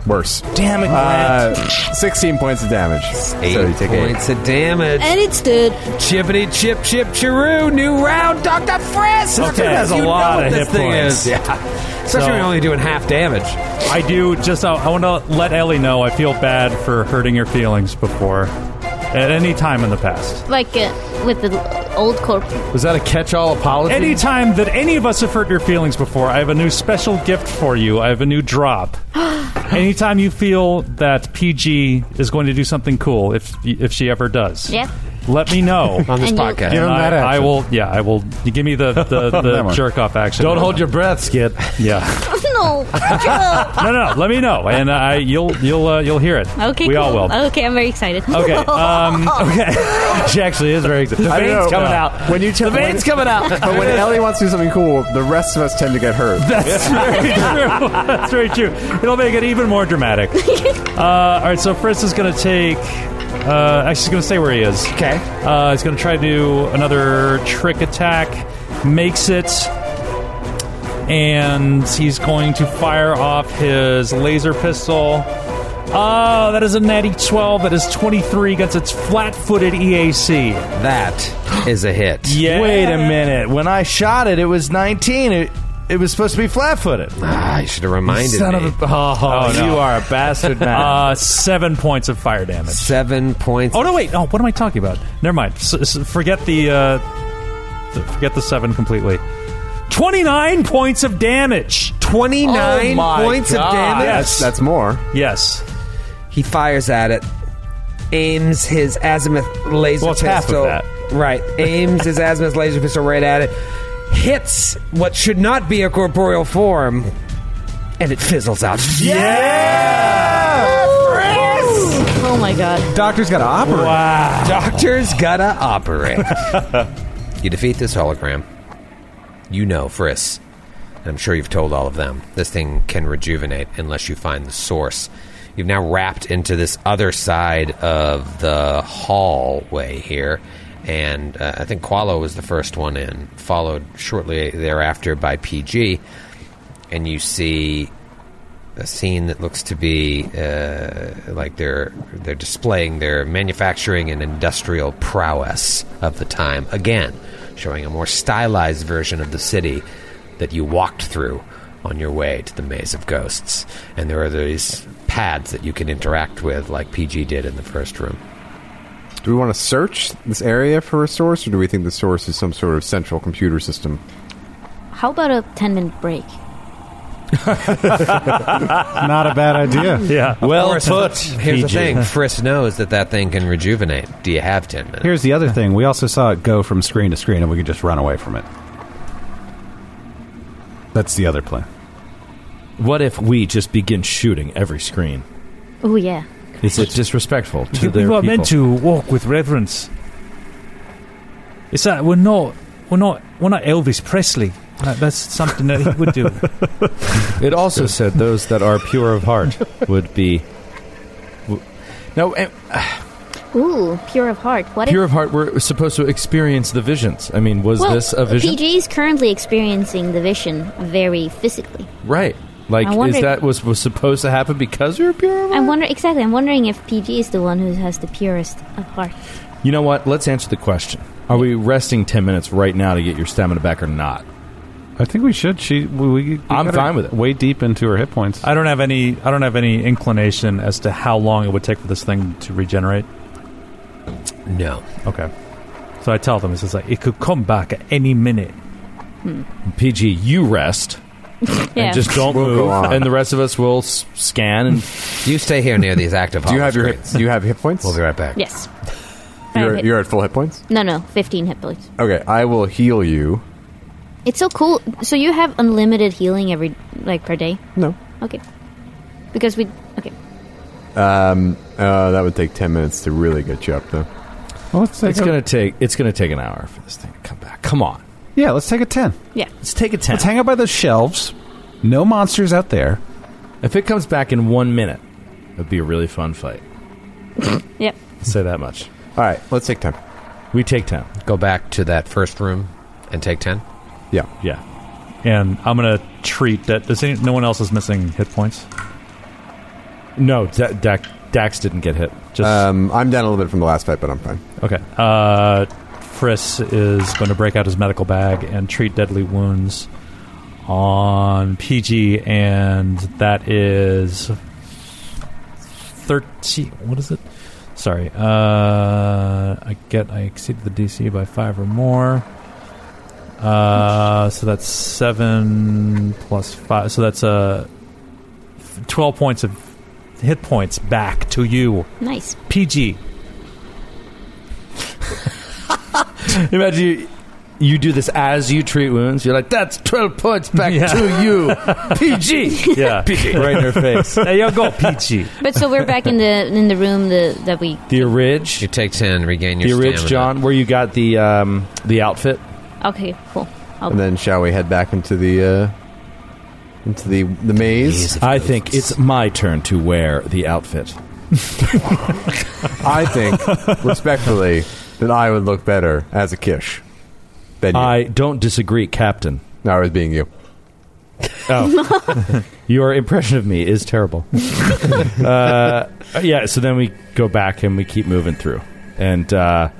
it. Worse. Damn it, Grant. Uh, Sixteen points of damage. Eight so you take eight. points of damage. And it's dead. Chippity chip chip chiroo. New round, Doctor Frisk. Okay. Dude, That's a you know lot what of this hit thing points. Is. Yeah. (laughs) Especially when you're only doing half damage. I do just. Uh, I want to let Ellie know I feel bad for hurting her feelings before, at any time in the past. Like uh, with the old corp. Was that a catch-all apology? Any time that any of us have hurt your feelings before, I have a new special gift for you. I have a (gasps) new drop. Anytime you feel that PG is going to do something cool, if if she ever does, Yeah. (laughs) let me know. On this And you- podcast. Give him I, that action. I will. Yeah, I will. You give me the the, That the one. jerk off action. Don't hold your breath, Skid. (laughs) Yeah. (laughs) no. Joe. No, no, no. Let me know, and I you'll you'll uh, you'll hear it. Okay. We cool. all will. Okay, I'm very excited. (laughs) Okay. Um, (laughs) she actually is very excited. The I veins know. coming No. out. When you tell- the veins coming out. But when Ellie wants to do something cool, the rest of us tend to get hurt. That's very true. That's very true. It'll make it even more dramatic. Uh, all right, so Fritz is going to take. Uh, actually, he's going to stay where he is. Okay. Uh, he's going to try to do another trick attack. Makes it. And he's going to fire off his laser pistol. Oh, that is a natty 12. That is 23 against its E flat footed EAC. (laughs) That is a hit. (gasps) Yeah. Wait a minute. When I shot it, it was 19. It, it was supposed to be flat-footed. Ah, you should have reminded Son me. of a... Oh, you are a bastard, man. Uh, seven points of fire damage. Seven points. Oh no! Wait. Oh, what am I talking about? Never mind. S- s- forget the uh, th- forget the seven completely. Twenty nine points of damage. 29 Oh my points God. of damage. Yes. That's more. yes. He fires at it, aims his azimuth laser Well, it's half of pistol. that. (laughs) Right, aims his azimuth laser pistol right at it, hits what should not be a corporeal form, and it fizzles out. Oh my god. Doctor's got to operate. Doctors gotta operate. you defeat this hologram. You know, Friss. and I'm sure you've told all of them. This thing can rejuvenate unless you find the source. You've now wrapped into this other side of the hallway here. And uh, I think Qualo was the first one in, followed shortly thereafter by PG. And you see a scene that looks to be uh, like they're they're displaying their manufacturing and industrial prowess of the time again, showing a more stylized version of the city that you walked through on your way to the maze of ghosts. And there are these pads that you can interact with, like PG did in the first room. Do we want to search this area for a source, or do we think the source is some sort of central computer system? How about a ten minute break? Not a bad idea. Yeah. well put. Here's the thing: Frisk knows that that thing can rejuvenate. Do you have ten minutes? Here's the other thing. We also saw it go from screen to screen, and we could just run away from it. That's the other plan. (laughs) What if we just begin shooting every screen? Oh yeah. Is it disrespectful to their we were people? meant to walk with reverence. It's that we're not we're not we're not Elvis Presley. Uh, that's something that he would do. It also said those that are pure of heart would be. w- Now, eh, Ooh, pure of heart. What pure if, of heart, we're supposed to experience the visions. I mean, was well, this a vision? PG is currently experiencing the vision very physically. Right. Like, I is wondered- that was was supposed to happen because you're pure? I wonder exactly. I'm wondering if PG is the one who has the purest of heart. You know what? Let's answer the question. Are we resting ten minutes right now to get your stamina back or not? I think we should. She, we, we I'm gotta fine with it. Way deep into her hit points. (laughs) I don't have any. I don't have any inclination as to how long it would take for this thing to regenerate. No. Okay. So I tell them it's just like it could come back at any minute. PG, you rest. Yeah. And just don't We'll go move, on. and the rest of us will s- scan. And you stay here near these active. Do you have your hip, do you have hit points? We'll be right back. Yes. You're, Right. you're at full hit points. No, no, 15 hit points. Okay, I will heal you. It's so cool. So you have unlimited healing every like per day? No. Okay. Because we okay. Um, uh, that would take ten minutes to really get you up, though. Well, let's it's gonna take it's gonna take an hour for this thing to come back. Come on, Yeah, let's take a 10. Yeah. Let's take a 10. Let's hang out by the shelves. No monsters out there. If it comes back in one minute, it'd be a really fun fight. Yep. Say that much. All right, let's take ten. We take ten. Go back to that first room and take ten. Yeah. Yeah. And I'm gonna treat that. Does any, no one else is missing hit points? No, D- Dax, Dax didn't get hit. Just um, I'm down a little bit from the last fight, but I'm fine. Okay. Uh, Friss is going to break out his medical bag and treat deadly wounds on PG, and that is 13. What is it? Sorry. Uh, I get I exceeded the DC by five or more. Uh, so that's seven plus five. So that's uh, f- twelve points of hit points back to you. Nice. PG. Imagine you, you do this as you treat wounds. You're like, that's 12 points back to (laughs) you, PG. (laughs) Yeah. PG. Right in her face. There you go, PG. But so we're back in the in the room the, that we (laughs) The Ridge. You take ten, regain your the Ridge, stamina. John, where you got the um, the outfit. Okay, cool. I'll, And then shall we head back into the uh, into the the maze? I think it's my turn to wear the outfit. (laughs) I think respectfully that I would look better as a kish. Than you. I don't disagree, Captain. No, I was being you. Oh. (laughs) Your impression of me is terrible. uh, yeah, so then we go back and we keep moving through. And uh,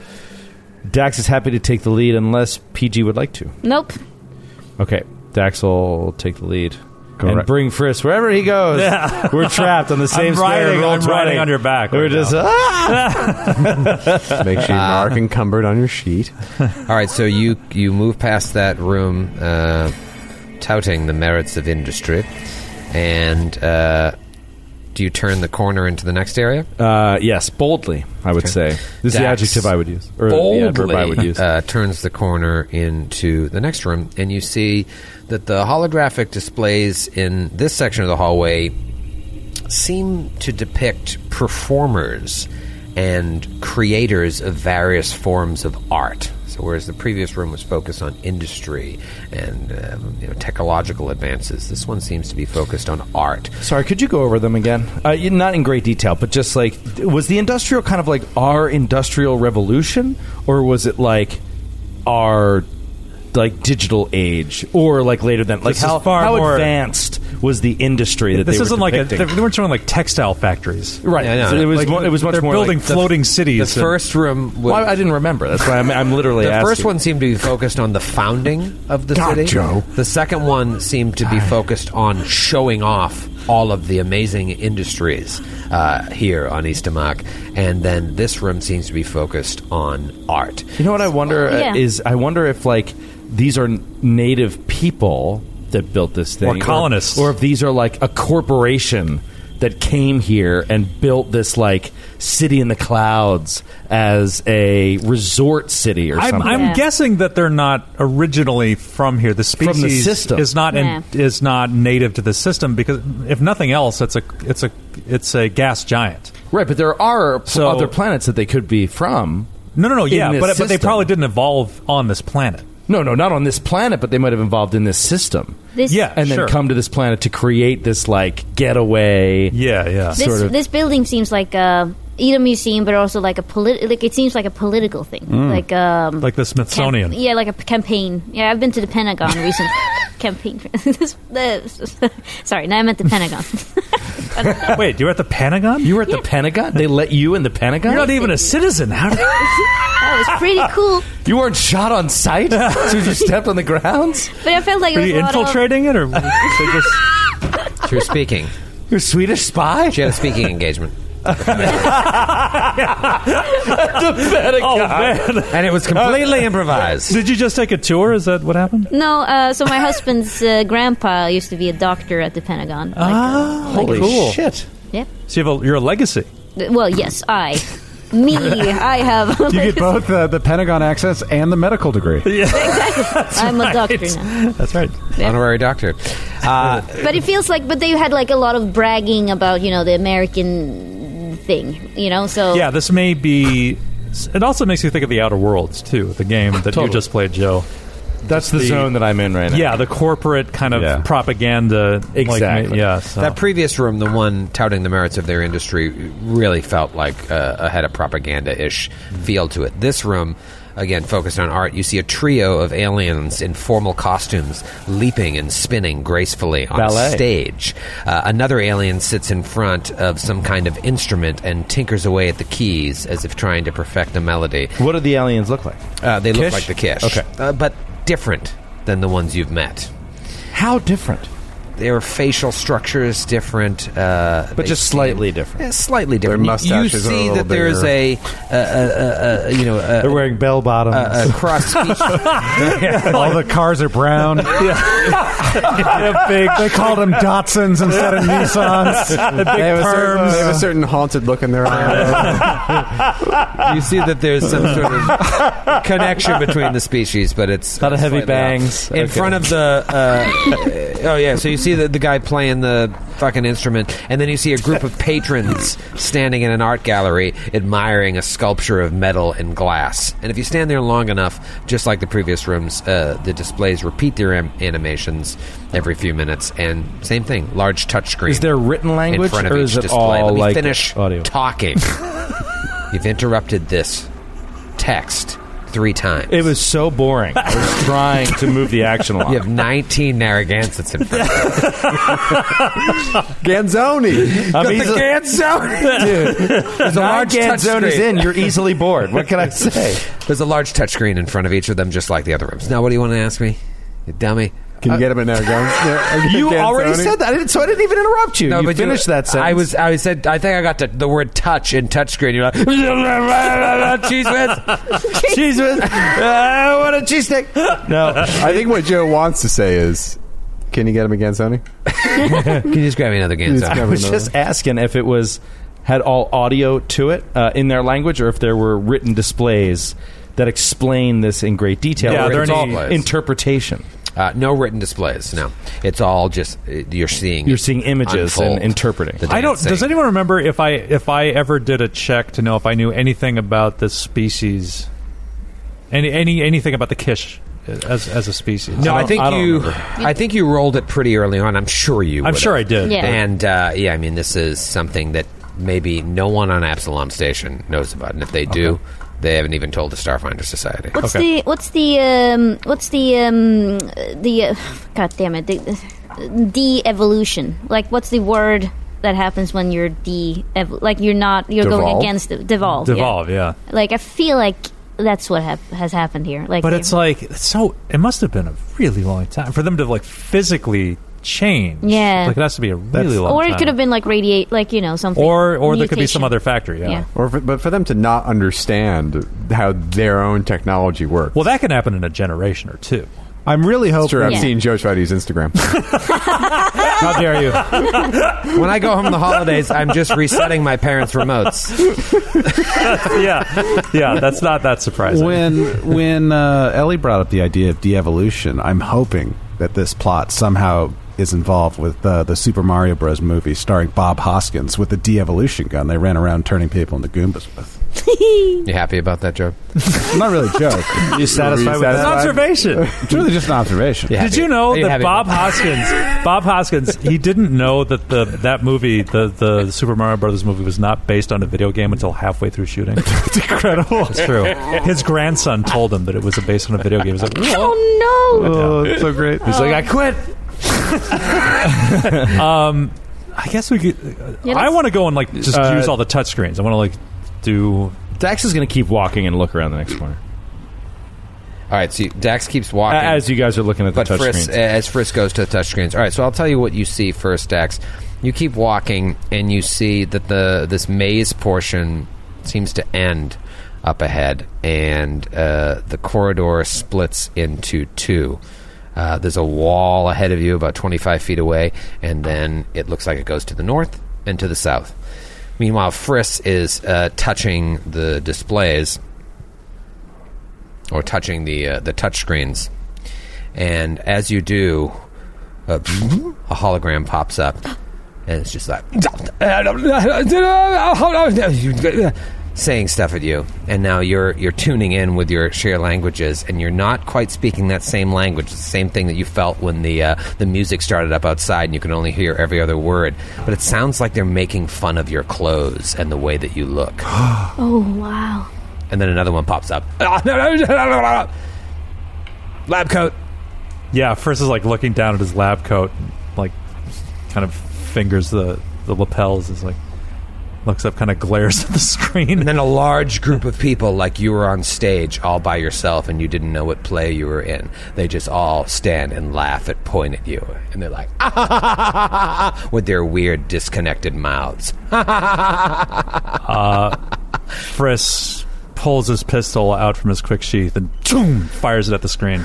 Dax is happy to take the lead unless PG would like to. Nope. Okay, Dax will take the lead. and right. bring Frisk wherever he goes. Yeah. We're trapped on the same (laughs) I'm square. riding- roll I'm riding 20. on your back We're right just ah! now. Make sure you mark encumbered on your sheet. All right, so you you move past that room, uh, touting the merits of industry, and uh, do you turn the corner into the next area? Uh, yes, boldly. I would say this is the Dax adjective I would use, or boldly, the adverb I would use. Uh, turns the corner into the next room, and you see that the holographic displays in this section of the hallway seem to depict performers and creators of various forms of art. So, whereas the previous room was focused on industry and um, you know, technological advances, this one seems to be focused on art. Sorry, could you go over them again? Uh, you- not in great detail, but just like was the industrial kind of like our industrial revolution, or was it like our like digital age, or like later than like This is how far how more- advanced was the industry that this they were isn't like a, depicting? they weren't showing like textile factories, Right. Yeah, I know. So it was mo- it was much they're more building like the- floating cities. The first room. Was, Well, I- I didn't remember. That's why I'm, I'm literally The asking. first one seemed to be focused on the founding of the God, city. Joe. The second one seemed to be focused on showing off all of the amazing industries uh, here on Eastermark. And then this room seems to be focused on art. You know what I wonder uh, Yeah. is I wonder if like these are native people that built this thing, Or colonists. or, if these are like a corporation that came here and built this like city in the clouds as a resort city or I'm, something. I'm guessing that they're not originally from here. The the species system. is not in, is not native to the system because, if nothing else, it's a it's a it's a gas giant. right, but there are pl- So- other planets that they could be from. No, no, no. in Yeah, this but but they system. probably didn't evolve on this planet. No, no, not on this planet, but they might have involved in this system. This- Yeah, and then sure. come to this planet to create this like getaway. Yeah, yeah. This, Sort of. this building seems like a either museum, but also like a polit. Like it seems like a political thing, Mm. like um, Like the Smithsonian. camp- yeah, like a p- campaign. Yeah, I've been to the Pentagon (laughs) recently. campaign. (laughs) This- this- Sorry, now I'm at the Pentagon. (laughs) Wait, you were at the Pentagon? You were at the Pentagon? They let you in the Pentagon? You're not even a citizen. How did that was pretty cool. You weren't shot on (laughs) sight? so you stepped on the grounds? But I felt like it Were was you a lot of- infiltrating (laughs) it, or was it just (laughs) She was speaking. You're a Swedish spy? She had a speaking engagement. Oh man! And it was completely improvised. (laughs) Did you just take a tour? Is that what happened? No, uh, so my husband's uh, grandpa used to be a doctor at the Pentagon. Like, Ah. uh, like- holy shit! Yep. So you have a, you're a legacy. uh, Well, yes, I, (laughs) me, I have. (laughs) You get both uh, the Pentagon access and the medical degree. I'm a doctor now. That's right. Yeah. Honorary doctor. Uh, But it feels like, but they had like a lot of bragging about you know the American thing, you know. So Yeah, this may be. It also makes you think of the Outer Worlds too, the game that Totally. you just played, Joe. That's the zone that I'm in right now. Yeah, the corporate kind of propaganda. like, Exactly. yeah. so- That previous room, the one touting the merits of their industry, really felt like uh, a had a propaganda ish feel to it. This room, again, focused on art. You see a trio of aliens in formal costumes leaping and spinning gracefully on Ballet. stage. Uh, another alien sits in front of some kind of instrument and tinkers away at the keys as if trying to perfect a melody. What do the aliens look like? Uh, they Kish? look like the Kish. Okay. Uh, but different than the ones you've met. How different? Their facial structure is different. Uh, But they just seem- slightly different. Yeah, Eh, slightly Their different. You- mustaches you are a see little that there's a, bigger. a, a, a, a, you know, a, They're wearing bell bottoms. (laughs) a, a cross (laughs) All the cars (laughs) are brown. big. They called them Datsuns instead of Nissans. (laughs) they, have a certain, they have a certain haunted look in their eyes. you see that there's some sort of (laughs) connection between the species, but it's Lot of heavy slightly off. bangs. in Okay. front of the. Uh, oh yeah, so you see the, the guy playing the fucking instrument, and then you see a group of patrons standing in an art gallery admiring a sculpture of metal and glass. And if you stand there long enough, just like the previous rooms, uh, the displays repeat their am- animations every few minutes, and same thing, large touchscreen. Is there written language, in front of or each is it display. all Let me like finish audio? (laughs) talking. You've interrupted this text three times. It (laughs) was so boring. I (laughs) was trying to move the action along. You have 19 Narragansetts in front. of Ganzoni. I'm (laughs) Got the easily- Ganzoni. There's a Nine large Ganzonis in, you're easily bored. What can I say? There's a large touchscreen in front of each of them, just like the other rooms. Now, what do you want to ask me, you dummy? Can you get him in (laughs) there, Ganzoni? You already said that, I didn't, so I didn't even interrupt you. you finished that sentence. I (laughs) was, I said, I think I got the, the word touch in touchscreen. (laughs) You're like, cheese whiz, cheese (laughs) whiz. Uh, what a cheesesteak. no. I think what Joe wants to say is, can you get him a Ganzoni? Can you just grab me another He's I Ganzo? got- was just asking if it was had all audio to it uh, in their language, or if there were written displays that explain this in great detail. Yeah, or are if there it's any- all interpretation. (laughs) Uh, no written displays. No, it's all just uh, you're seeing. You're it seeing images unfold. and interpreting. The I don't. dancing. Does anyone remember if I if I ever did a check to know if I knew anything about this species, any any anything about the Kish as as a species? No, I, think I don't you. remember. I think you rolled it pretty early on. I'm sure you. I'm would've. sure I did. Yeah. And uh, yeah, I mean, this is something that maybe no one on Absalom Station knows about, and if they do, they haven't even told the Starfinder Society. what's the what's the um, what's the um, the uh, God damn it the de-evolution? Like what's the word that happens when you're de ev- like you're not you're going Devolve? against the devolve? yeah. Devolve, yeah. Like I feel like that's what hap- has happened here. Like But they- it's like it's so. It must have been a really long time for them to like physically change. Yeah. like it has to be a really long. or it time. could have been like radiate, like you know something. Or or there could be some mutation. other factor. Yeah. Yeah. Or for, but for them to not understand how their own technology works. Well, that can happen in a generation or two. (laughs) I'm really It's true. hoping. I've Yeah. seen Joe try to use Instagram. How dare you? (laughs) when I go home the holidays, I'm just resetting my parents' remotes. yeah, yeah. That's not that surprising. (laughs) When when uh, Ellie brought up the idea of de-evolution, I'm hoping that this plot somehow is involved with uh, the Super Mario Bros. movie starring Bob Hoskins with the de-evolution gun they ran around turning people into Goombas with. You happy about that joke? not really a joke. (laughs) You satisfied with that? Observation. It's really just an observation. Did you know that Bob Hoskins, Bob Hoskins, he didn't know that the that movie, the the Super Mario Brothers movie, was not based on a video game until halfway (laughs) through shooting. it's incredible. It's true. His grandson told him that it was based on a video game. He was like, Oh no! Oh, it's so great. He's like, I quit. Oh. (laughs) um, I guess we could. Yeah, I let's- want to go and like just Uh, use all the touch screens. I want to like do. Dax is going to keep walking and look around the next corner. All right, so you- Dax keeps walking. As you guys are looking at the but touch Frisk, screens. as Frisk goes to the touch screens. All right, so I'll tell you what you see first, Dax. You keep walking, and you see that the this maze portion seems to end up ahead, and uh, the corridor splits into two. Uh, there's a wall ahead of you, about 25 feet away, and then it looks like it goes to the north and to the south. Meanwhile, Frisk is uh, touching the displays or touching the uh, the touch screens. And as you do, a, a hologram pops up, and it's just like saying stuff at you. And now you're you're tuning in with your shared languages, and you're not quite speaking that same language, the same thing that you felt when the uh, the music started up outside, and you can only hear every other word. But it sounds like they're making fun of your clothes and the way that you look. Oh wow! And then another one pops up. (laughs) Lab coat. Yeah, Frisk is like looking down at his lab coat, and, like kind of fingers the the lapels. Is like looks up, kind of glares (laughs) at the screen. And then a large group of people, like you were on stage all by yourself and you didn't know what play you were in, they just all stand and laugh and point at you. And they're like, (laughs) "Ah," with their weird, disconnected mouths. uh, Frisk pulls his pistol out from his quick sheath and boom, fires it at the screen.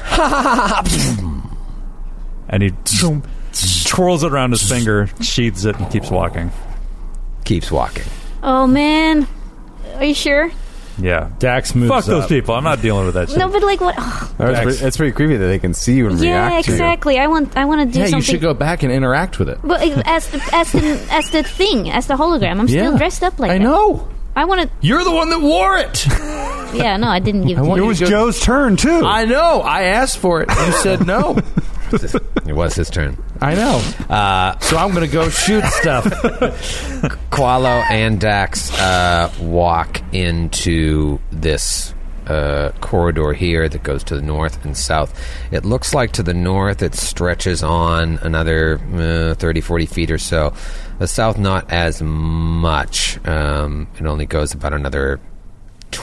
And he zoom, twirls it around his finger, sheathes it, and keeps walking. Keeps walking. Oh man, are you sure? Yeah. Dax moves Fuck those up. people. I'm not dealing with that shit. No, but like what? (sighs) oh, That's pretty, that's pretty creepy that they can see you and yeah, react exactly. I want I want to do Yeah, something. you should go back and interact with it. But uh, as the, as the as the thing as the hologram, I'm still Yeah. dressed up like I that. know. I want to. You're the one that wore it. Yeah, no, I didn't give. (laughs) I it want to you you. to go- Joe's turn too. I know. I asked for it. You said no. It was his turn. I know. Uh, So I'm going to go shoot stuff. (laughs) Qualo and Dax uh, walk into this uh, corridor here that goes to the north and south. It looks like to the north it stretches on another uh, 30, 40 feet or so. The south, not as much. Um, it only goes about another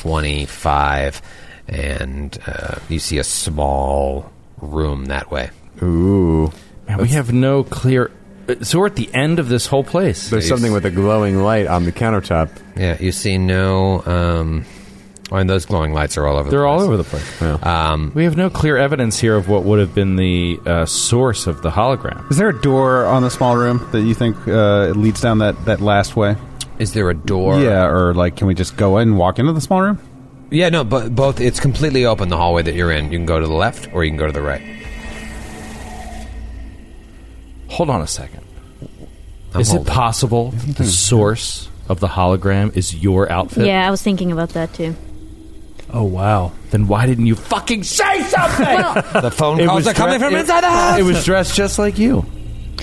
25, and uh, you see a small room that way. Ooh. Man, we have no clear. uh, So we're at the end of this whole place. There's something with a glowing light on the countertop. Yeah, you see no. Um, oh, and those glowing lights are all over. They're the place. all over the place. Um, We have no clear evidence here of what would have been the uh, source of the hologram. Is there a door on the small room that you think uh, leads down that, that last way? Is there a door? yeah, or like, can we just go in and walk into the small room? Yeah, no, but both. It's completely open, the hallway that you're in. You can go to the left or you can go to the right. Hold on a 2nd I'm is it holding. possible the source of the hologram is your outfit? Yeah, I was thinking about that too. oh, wow. Then why didn't you fucking say something? (laughs) The phone It calls was are coming dre- from it- inside the (laughs) house! It was dressed just like you.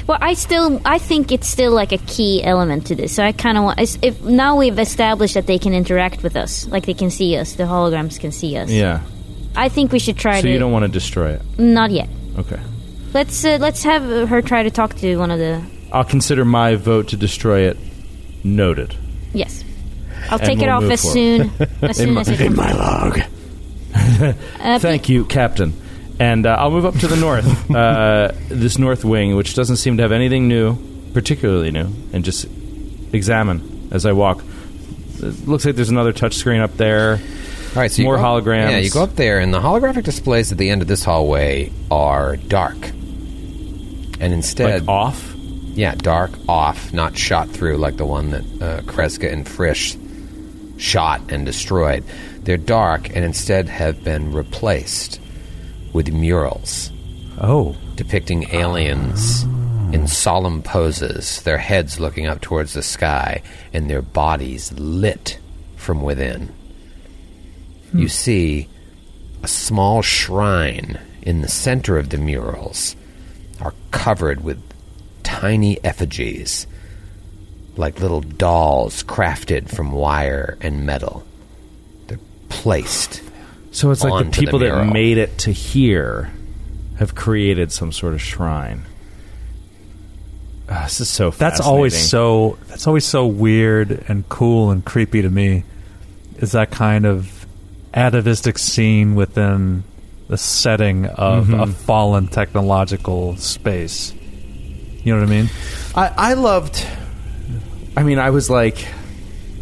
Well, I still I think it's still like a key element to this. So I kind of want it's- if now we've established that they can interact with us, like they can see us, the holograms can see us. Yeah. I think we should try So to you don't want to destroy it. not yet. Okay. Let's uh, let's have uh, her try to talk to one of the I'll consider my vote to destroy it noted. yes. I'll And take it we'll off move as forward. (laughs) soon as soon my- as it comes. My (laughs) log. Uh, Thank you, Captain. And uh, I'll move up to the (laughs) north, uh, this north wing, which doesn't seem to have anything new, particularly new, and just examine as I walk. It looks like there's another touch screen up there. All right, so you More go- holograms. Yeah, you go up there, and the holographic displays at the end of this hallway are dark. And instead, Like off? yeah, dark off, not shot through like the one that uh, Kreska and Frisch shot and destroyed. They're dark, and instead have been replaced with murals. Oh. depicting aliens in solemn poses, their heads looking up towards the sky, and their bodies lit from within. you see a small shrine in the center of the murals are covered with tiny effigies, like little dolls crafted from wire and metal. They're placed. So it's like the onto people mural. that made it to here have created some sort of shrine. Ah, this is so. That's always fascinating. so. That's always so weird and cool and creepy to me. Is that kind of atavistic scene within the setting of a Mhm. fallen technological space? You know what I mean? I, I loved. I mean, I was like,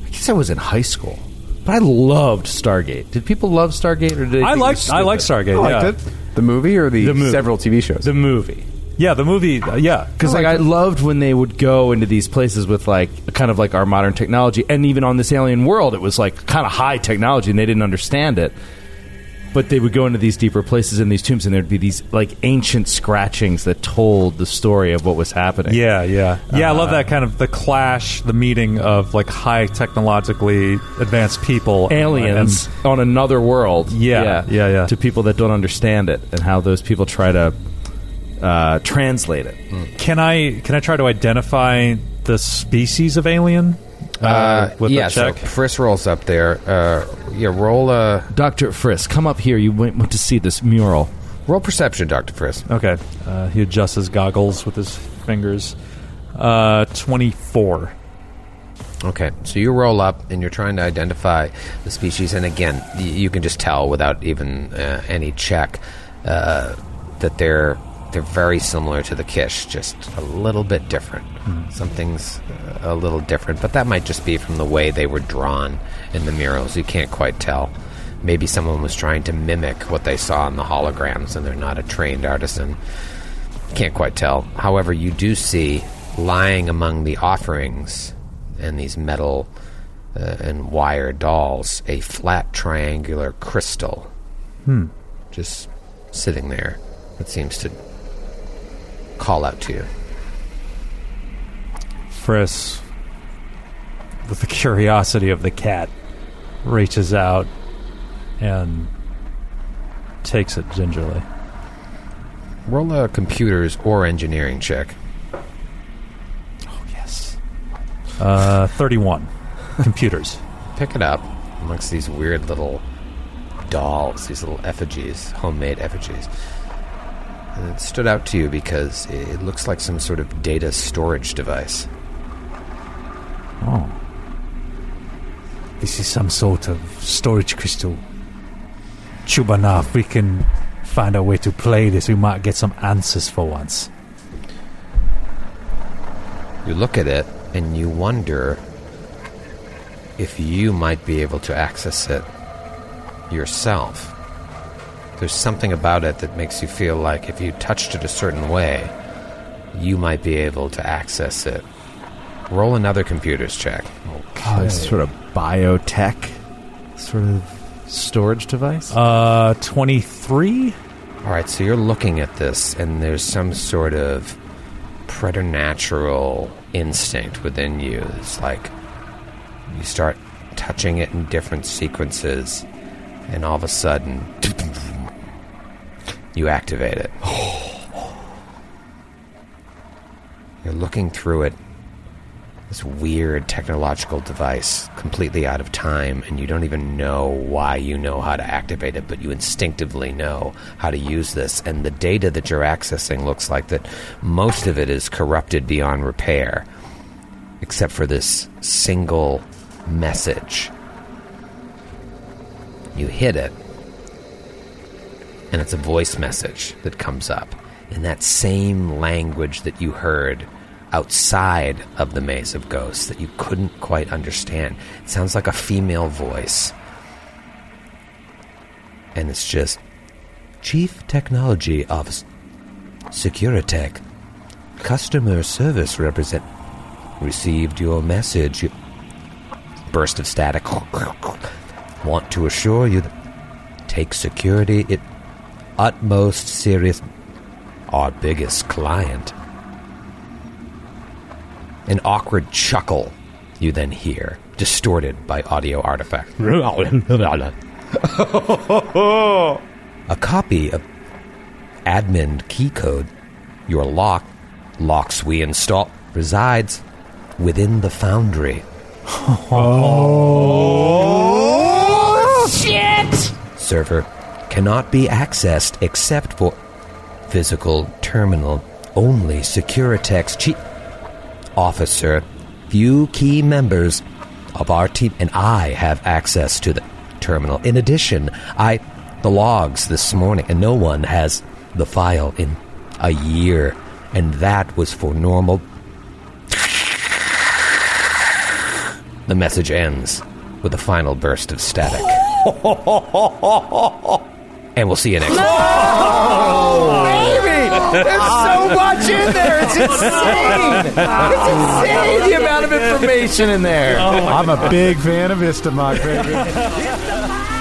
I guess I was in high school, but I loved Stargate. Did people love Stargate, or did they I think it liked- was I liked stupid? Oh, Stargate, I liked yeah. it. The movie or the, several TV shows? The movie. Yeah, the movie. uh, yeah, Because like I loved when they would go into these places with like kind of like our modern technology, and even on this alien world, it was like kind of high technology, and they didn't understand it. But they would go into these deeper places in these tombs, and there'd be these like ancient scratchings that told the story of what was happening. Yeah, Uh-huh. yeah, yeah. I love that kind of the clash, the meeting of like high technologically advanced people, and- aliens and- on another world. Yeah, yeah, yeah. To people that don't understand it, and how those people try to uh, translate it. can I can I try to identify the species of alien? Uh, with yeah, a check. so Friss rolls up there. Uh, yeah, roll a. Dr. Friss, come up here. You went, went to see this mural. Roll perception, Dr. Friss. Okay. Uh, he adjusts his goggles with his fingers. Uh, 24. Okay, so you roll up and you're trying to identify the species, and again, y- you can just tell without even uh, any check uh, that they're they're very similar to the Kish, just a little bit different. Something's uh, a little different, but that might just be from the way they were drawn in the murals. You can't quite tell. Maybe someone was trying to mimic what they saw in the holograms, and they're not a trained artisan. Can't quite tell. However, you do see lying among the offerings and these metal uh, and wire dolls a flat triangular crystal Hmm. just sitting there that seems to call out to you. Friss, with the curiosity of the cat, reaches out and takes it gingerly. Roll a computers or engineering check. Uh, 31. Computers. Pick it up amongst these weird little dolls, these little effigies, homemade effigies. And it stood out to you because it it looks like some sort of data storage device. Oh. This is some sort of storage crystal. Chubana, if we can find a way to play this, we might get some answers for once. You look at it and you wonder if you might be able to access it yourself. There's something about it that makes you feel like if you touched it a certain way, you might be able to access it. Roll another computer's check. Oh, it's sort of biotech sort of storage device. Uh, 23? All right, so you're looking at this, and there's some sort of preternatural instinct within you. It's like you start touching it in different sequences, and all of a sudden, (clears throat) you activate it. You're looking through it, this weird technological device, completely out of time, and you don't even know why you know how to activate it, but you instinctively know how to use this. And the data that you're accessing looks like that most of it is corrupted beyond repair, except for this single message. You hit it, and it's a voice message that comes up in that same language that you heard outside of the maze of ghosts that you couldn't quite understand. It sounds like a female voice. And it's just Chief Technology Officer Securitech Customer Service Represent received your message. You- Burst of static. (laughs) Want to assure you that take security it utmost serious our biggest client an awkward chuckle you then hear distorted by audio artifact a copy of admin key code, your lock, locks we install, resides within the foundry. Oh, shit! Server cannot be accessed except for physical terminal. Only Securitex chief officer, few key members of our team, and I have access to the terminal. In addition, I the logs this morning, and no one has the file in a year, and that was for normal. The message ends with a final burst of static. And we'll see you next time. Baby! There's so much in there! It's insane! It's insane the amount of information in there! I'm a big fan of Istamok, baby.